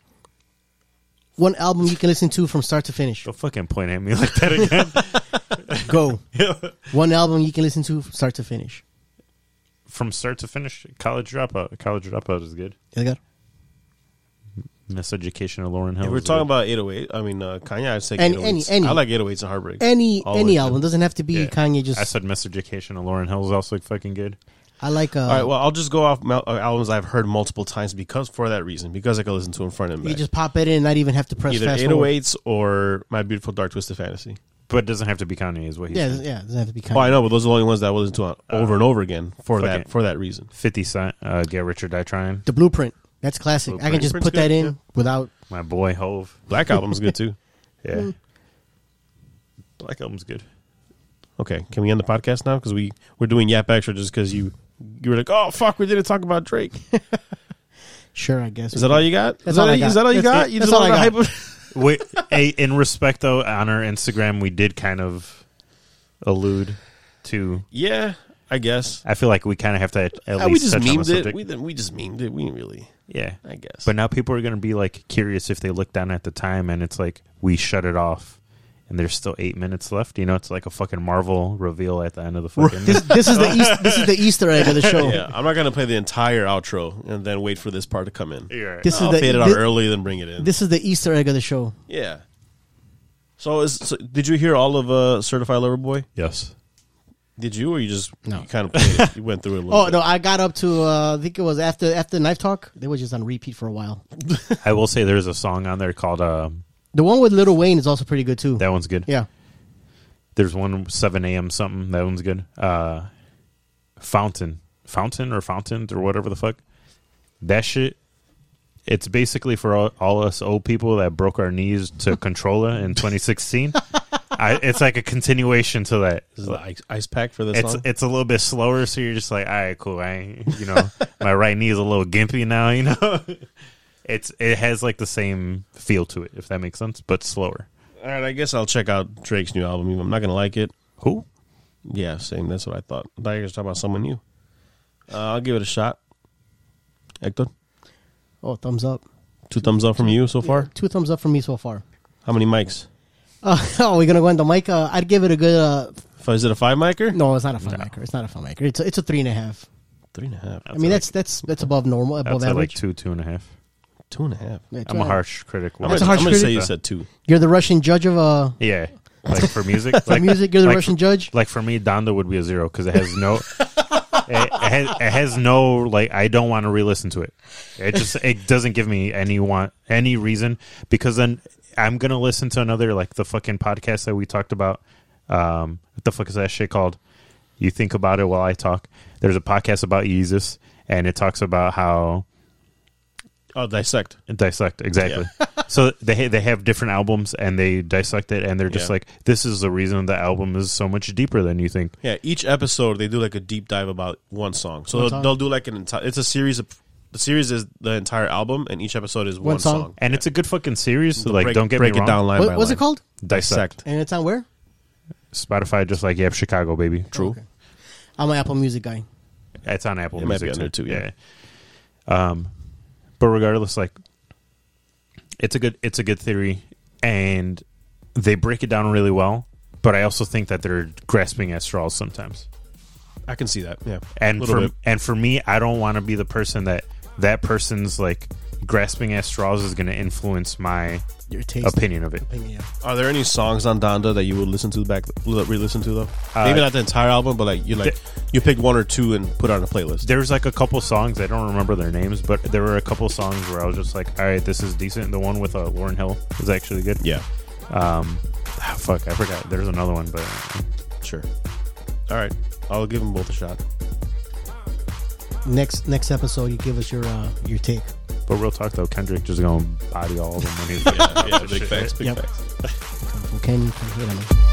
S9: one album you can listen to from start to finish.
S8: don't fucking point at me like that again
S9: Go. one album you can listen to from start to finish.
S8: from start to finish college dropout college dropout is good
S9: Edgar?
S8: miseducation of lauren hill
S7: if we're
S8: is
S7: talking
S8: good.
S7: about 808, I mean uh, Kanye. I'd say
S9: And
S7: 808s.
S9: any- any-
S7: I like 808s and heartbreak.
S9: Any
S7: All the way
S9: any
S7: through.
S9: album doesn't have to be
S8: Yeah.
S9: Kanye. Just
S8: i
S9: I,
S8: said miseducation of lauren hill is also fucking good
S9: like. Uh,
S7: All right, well, I'll just go off mal- uh, albums I've heard multiple times because for that reason, because I can listen to in front and
S9: you
S7: back.
S9: just pop it in and not even have to press
S7: Either
S9: fast forward.
S7: 808s or My Beautiful Dark Twisted Fantasy.
S8: but it doesn't have to be kanye is what he's
S9: Yeah,
S8: saying.
S9: yeah, it doesn't have to be Kanye.
S7: Oh, I know, but those are the only ones that I listen to on over and over again for
S8: fuck
S7: that
S8: it.
S7: for that reason.
S8: 50 cent uh, get rich or die trying
S9: The Blueprint. That's classic. I can
S7: Blueprint.
S9: just
S7: Blueprint's
S9: put that
S7: good,
S9: in
S7: yeah.
S9: without.
S8: my boy hove
S7: Black album's good too.
S8: yeah black album's good
S7: Okay, can we end the podcast now? Because we we're doing Yap Extra just because you you were like, oh fuck, we didn't talk about Drake.
S9: Sure, I guess.
S7: Is that all you got?
S9: That's
S7: is that
S9: all I
S7: Is
S9: got.
S7: that all you
S9: That's
S7: got?
S9: it.
S7: You
S9: That's
S7: just
S9: all
S7: wanna
S9: I
S7: hype
S9: got.
S7: up-
S8: Wait, hey, in respect though, on our Instagram, we did kind of allude to.
S7: yeah, I guess.
S8: I feel like we kind of have to at, at
S7: Uh, we
S8: least
S7: just
S8: touch on the
S7: memed it.
S8: subject.
S7: We, didn't- we just memed it. We didn't really.
S8: yeah,
S7: I guess.
S8: But now people are going to be like curious if they look down at the time and it's like we shut it off, and there's still eight minutes left. You know, it's like a fucking Marvel reveal at the end of the fucking.
S9: this, this is the East, this is the Easter egg of the show.
S7: Yeah, I'm not gonna play the entire outro and then wait for this part to come in.
S8: You're right.
S9: This
S7: I'll
S9: is the
S7: fade it out
S9: thi-
S7: early, then bring it in.
S9: This is the Easter egg of the show.
S7: yeah. So, is, so did you hear all of uh, Certified Lover Boy?
S8: Yes.
S7: Did you, or you just
S9: No.
S7: you kind of played it? you went through it a little?
S9: Oh
S7: bit.
S9: no, I got up to uh, I think it was after after knife talk. They were just on repeat for a while.
S8: I will say there's a song on there called uh,
S9: The one with Little Wayne is also pretty good too.
S8: that one's good.
S9: yeah,
S8: There's one seven a.m. something that one's good. Uh, Fountain, Fountain or Fountains or whatever the fuck. That shit. It's basically for all, all us old people that broke our knees to Controlla in 2016. I, it's like a continuation to that.
S7: This is the ice, ice pack for this
S8: It's
S7: song.
S8: it's a little bit slower, so you're just like, all right, cool. I ain't- you know my right knee is a little gimpy now. You know, it's it has like the same feel to it, if that makes sense, but slower.
S7: All right, I guess I'll check out Drake's new album. I'm not gonna like it.
S8: Who?
S7: Yeah, same. That's what I thought. I thought you were talking about someone new. Uh, I'll give it a shot. Hector,
S9: Oh, thumbs up.
S7: two thumbs up from you so far.
S9: Two thumbs up from me so far.
S7: How many mics?
S9: Uh, oh, we're gonna go on the mic. Uh, I'd give it a good. Uh,
S7: F- Is it a five micer?
S9: no, it's not a fun maker. It's not a fun maker. It's a, it's a three and a half.
S7: three and a half.
S9: I mean, that's that's that's above normal, above
S8: That's at like
S9: average.
S8: two, two and a half.
S7: two and a half.
S9: Yeah,
S8: I'm
S9: two and
S8: a
S9: a half.
S8: harsh critic.
S7: I'm
S9: That's a
S7: gonna,
S9: harsh
S7: I'm gonna say
S9: critic,
S7: you
S8: though.
S7: said two.
S9: You're the Russian judge of uh,
S8: Yeah, like for music, like
S9: music. You're the
S8: like
S9: Russian
S8: for-
S9: judge.
S8: Like for me, Donda would be a zero because it has no, it, it has, it has no like. I don't want to re-listen to it. It just it doesn't give me any want any reason because then I'm gonna listen to another like the fucking podcast that we talked about. Um, what the fuck is that shit called? You think about it while I talk. There's a podcast about Jesus, and it talks about how
S7: Oh, dissect.
S8: dissect exactly so they ha- they have different albums and they dissect it and they're just
S7: Yeah.
S8: like this is the reason the album is so much deeper than you think
S7: Yeah, each episode they do like a deep dive about one song. So they'll,
S9: song.
S7: they'll do like an entire. It's a series of. The series is the entire album, and each episode is one,
S9: song.
S7: song.
S8: and it's a good fucking series so like
S7: break,
S8: don't get
S7: break
S8: me
S7: it
S8: wrong
S7: down line by
S9: what, what's
S7: line.
S9: it called?
S8: dissect.
S9: And it's on where?
S8: spotify just like yeah chicago baby true
S9: I'm an Apple Music guy.
S8: it's on apple
S7: It might
S8: music
S7: be on there, too, yeah.
S8: um but regardless like it's a good it's a good theory and they break it down really well but I also think that they're grasping at straws sometimes.
S7: I can see that. Yeah,
S8: And
S7: Little
S8: for
S7: bit.
S8: and for me, I don't want to be the person that that person's like grasping at straws is going to influence my
S9: Your taste.
S8: opinion of it.
S9: Opinion, yeah.
S7: Are there any songs on Donda that you would listen to back, re-listen to though? Maybe not the entire album, but like you like
S8: th-
S7: you picked one or two and put it on a playlist.
S8: There's like a couple songs I don't remember their names, but there were a couple songs where I was just like, "All right, this is decent." The one with uh, Lauren Hill was actually good.
S7: yeah,
S8: Um, ah, fuck, I forgot. There's another one, but
S7: sure. All right, I'll give them both a shot.
S9: Next next episode, you give us your uh, your take.
S8: but real talk though, Kendrick just gonna body all of them when he's
S7: Yeah, big facts, big
S9: Yep.
S7: facts.
S9: From Ken, from here, I mean.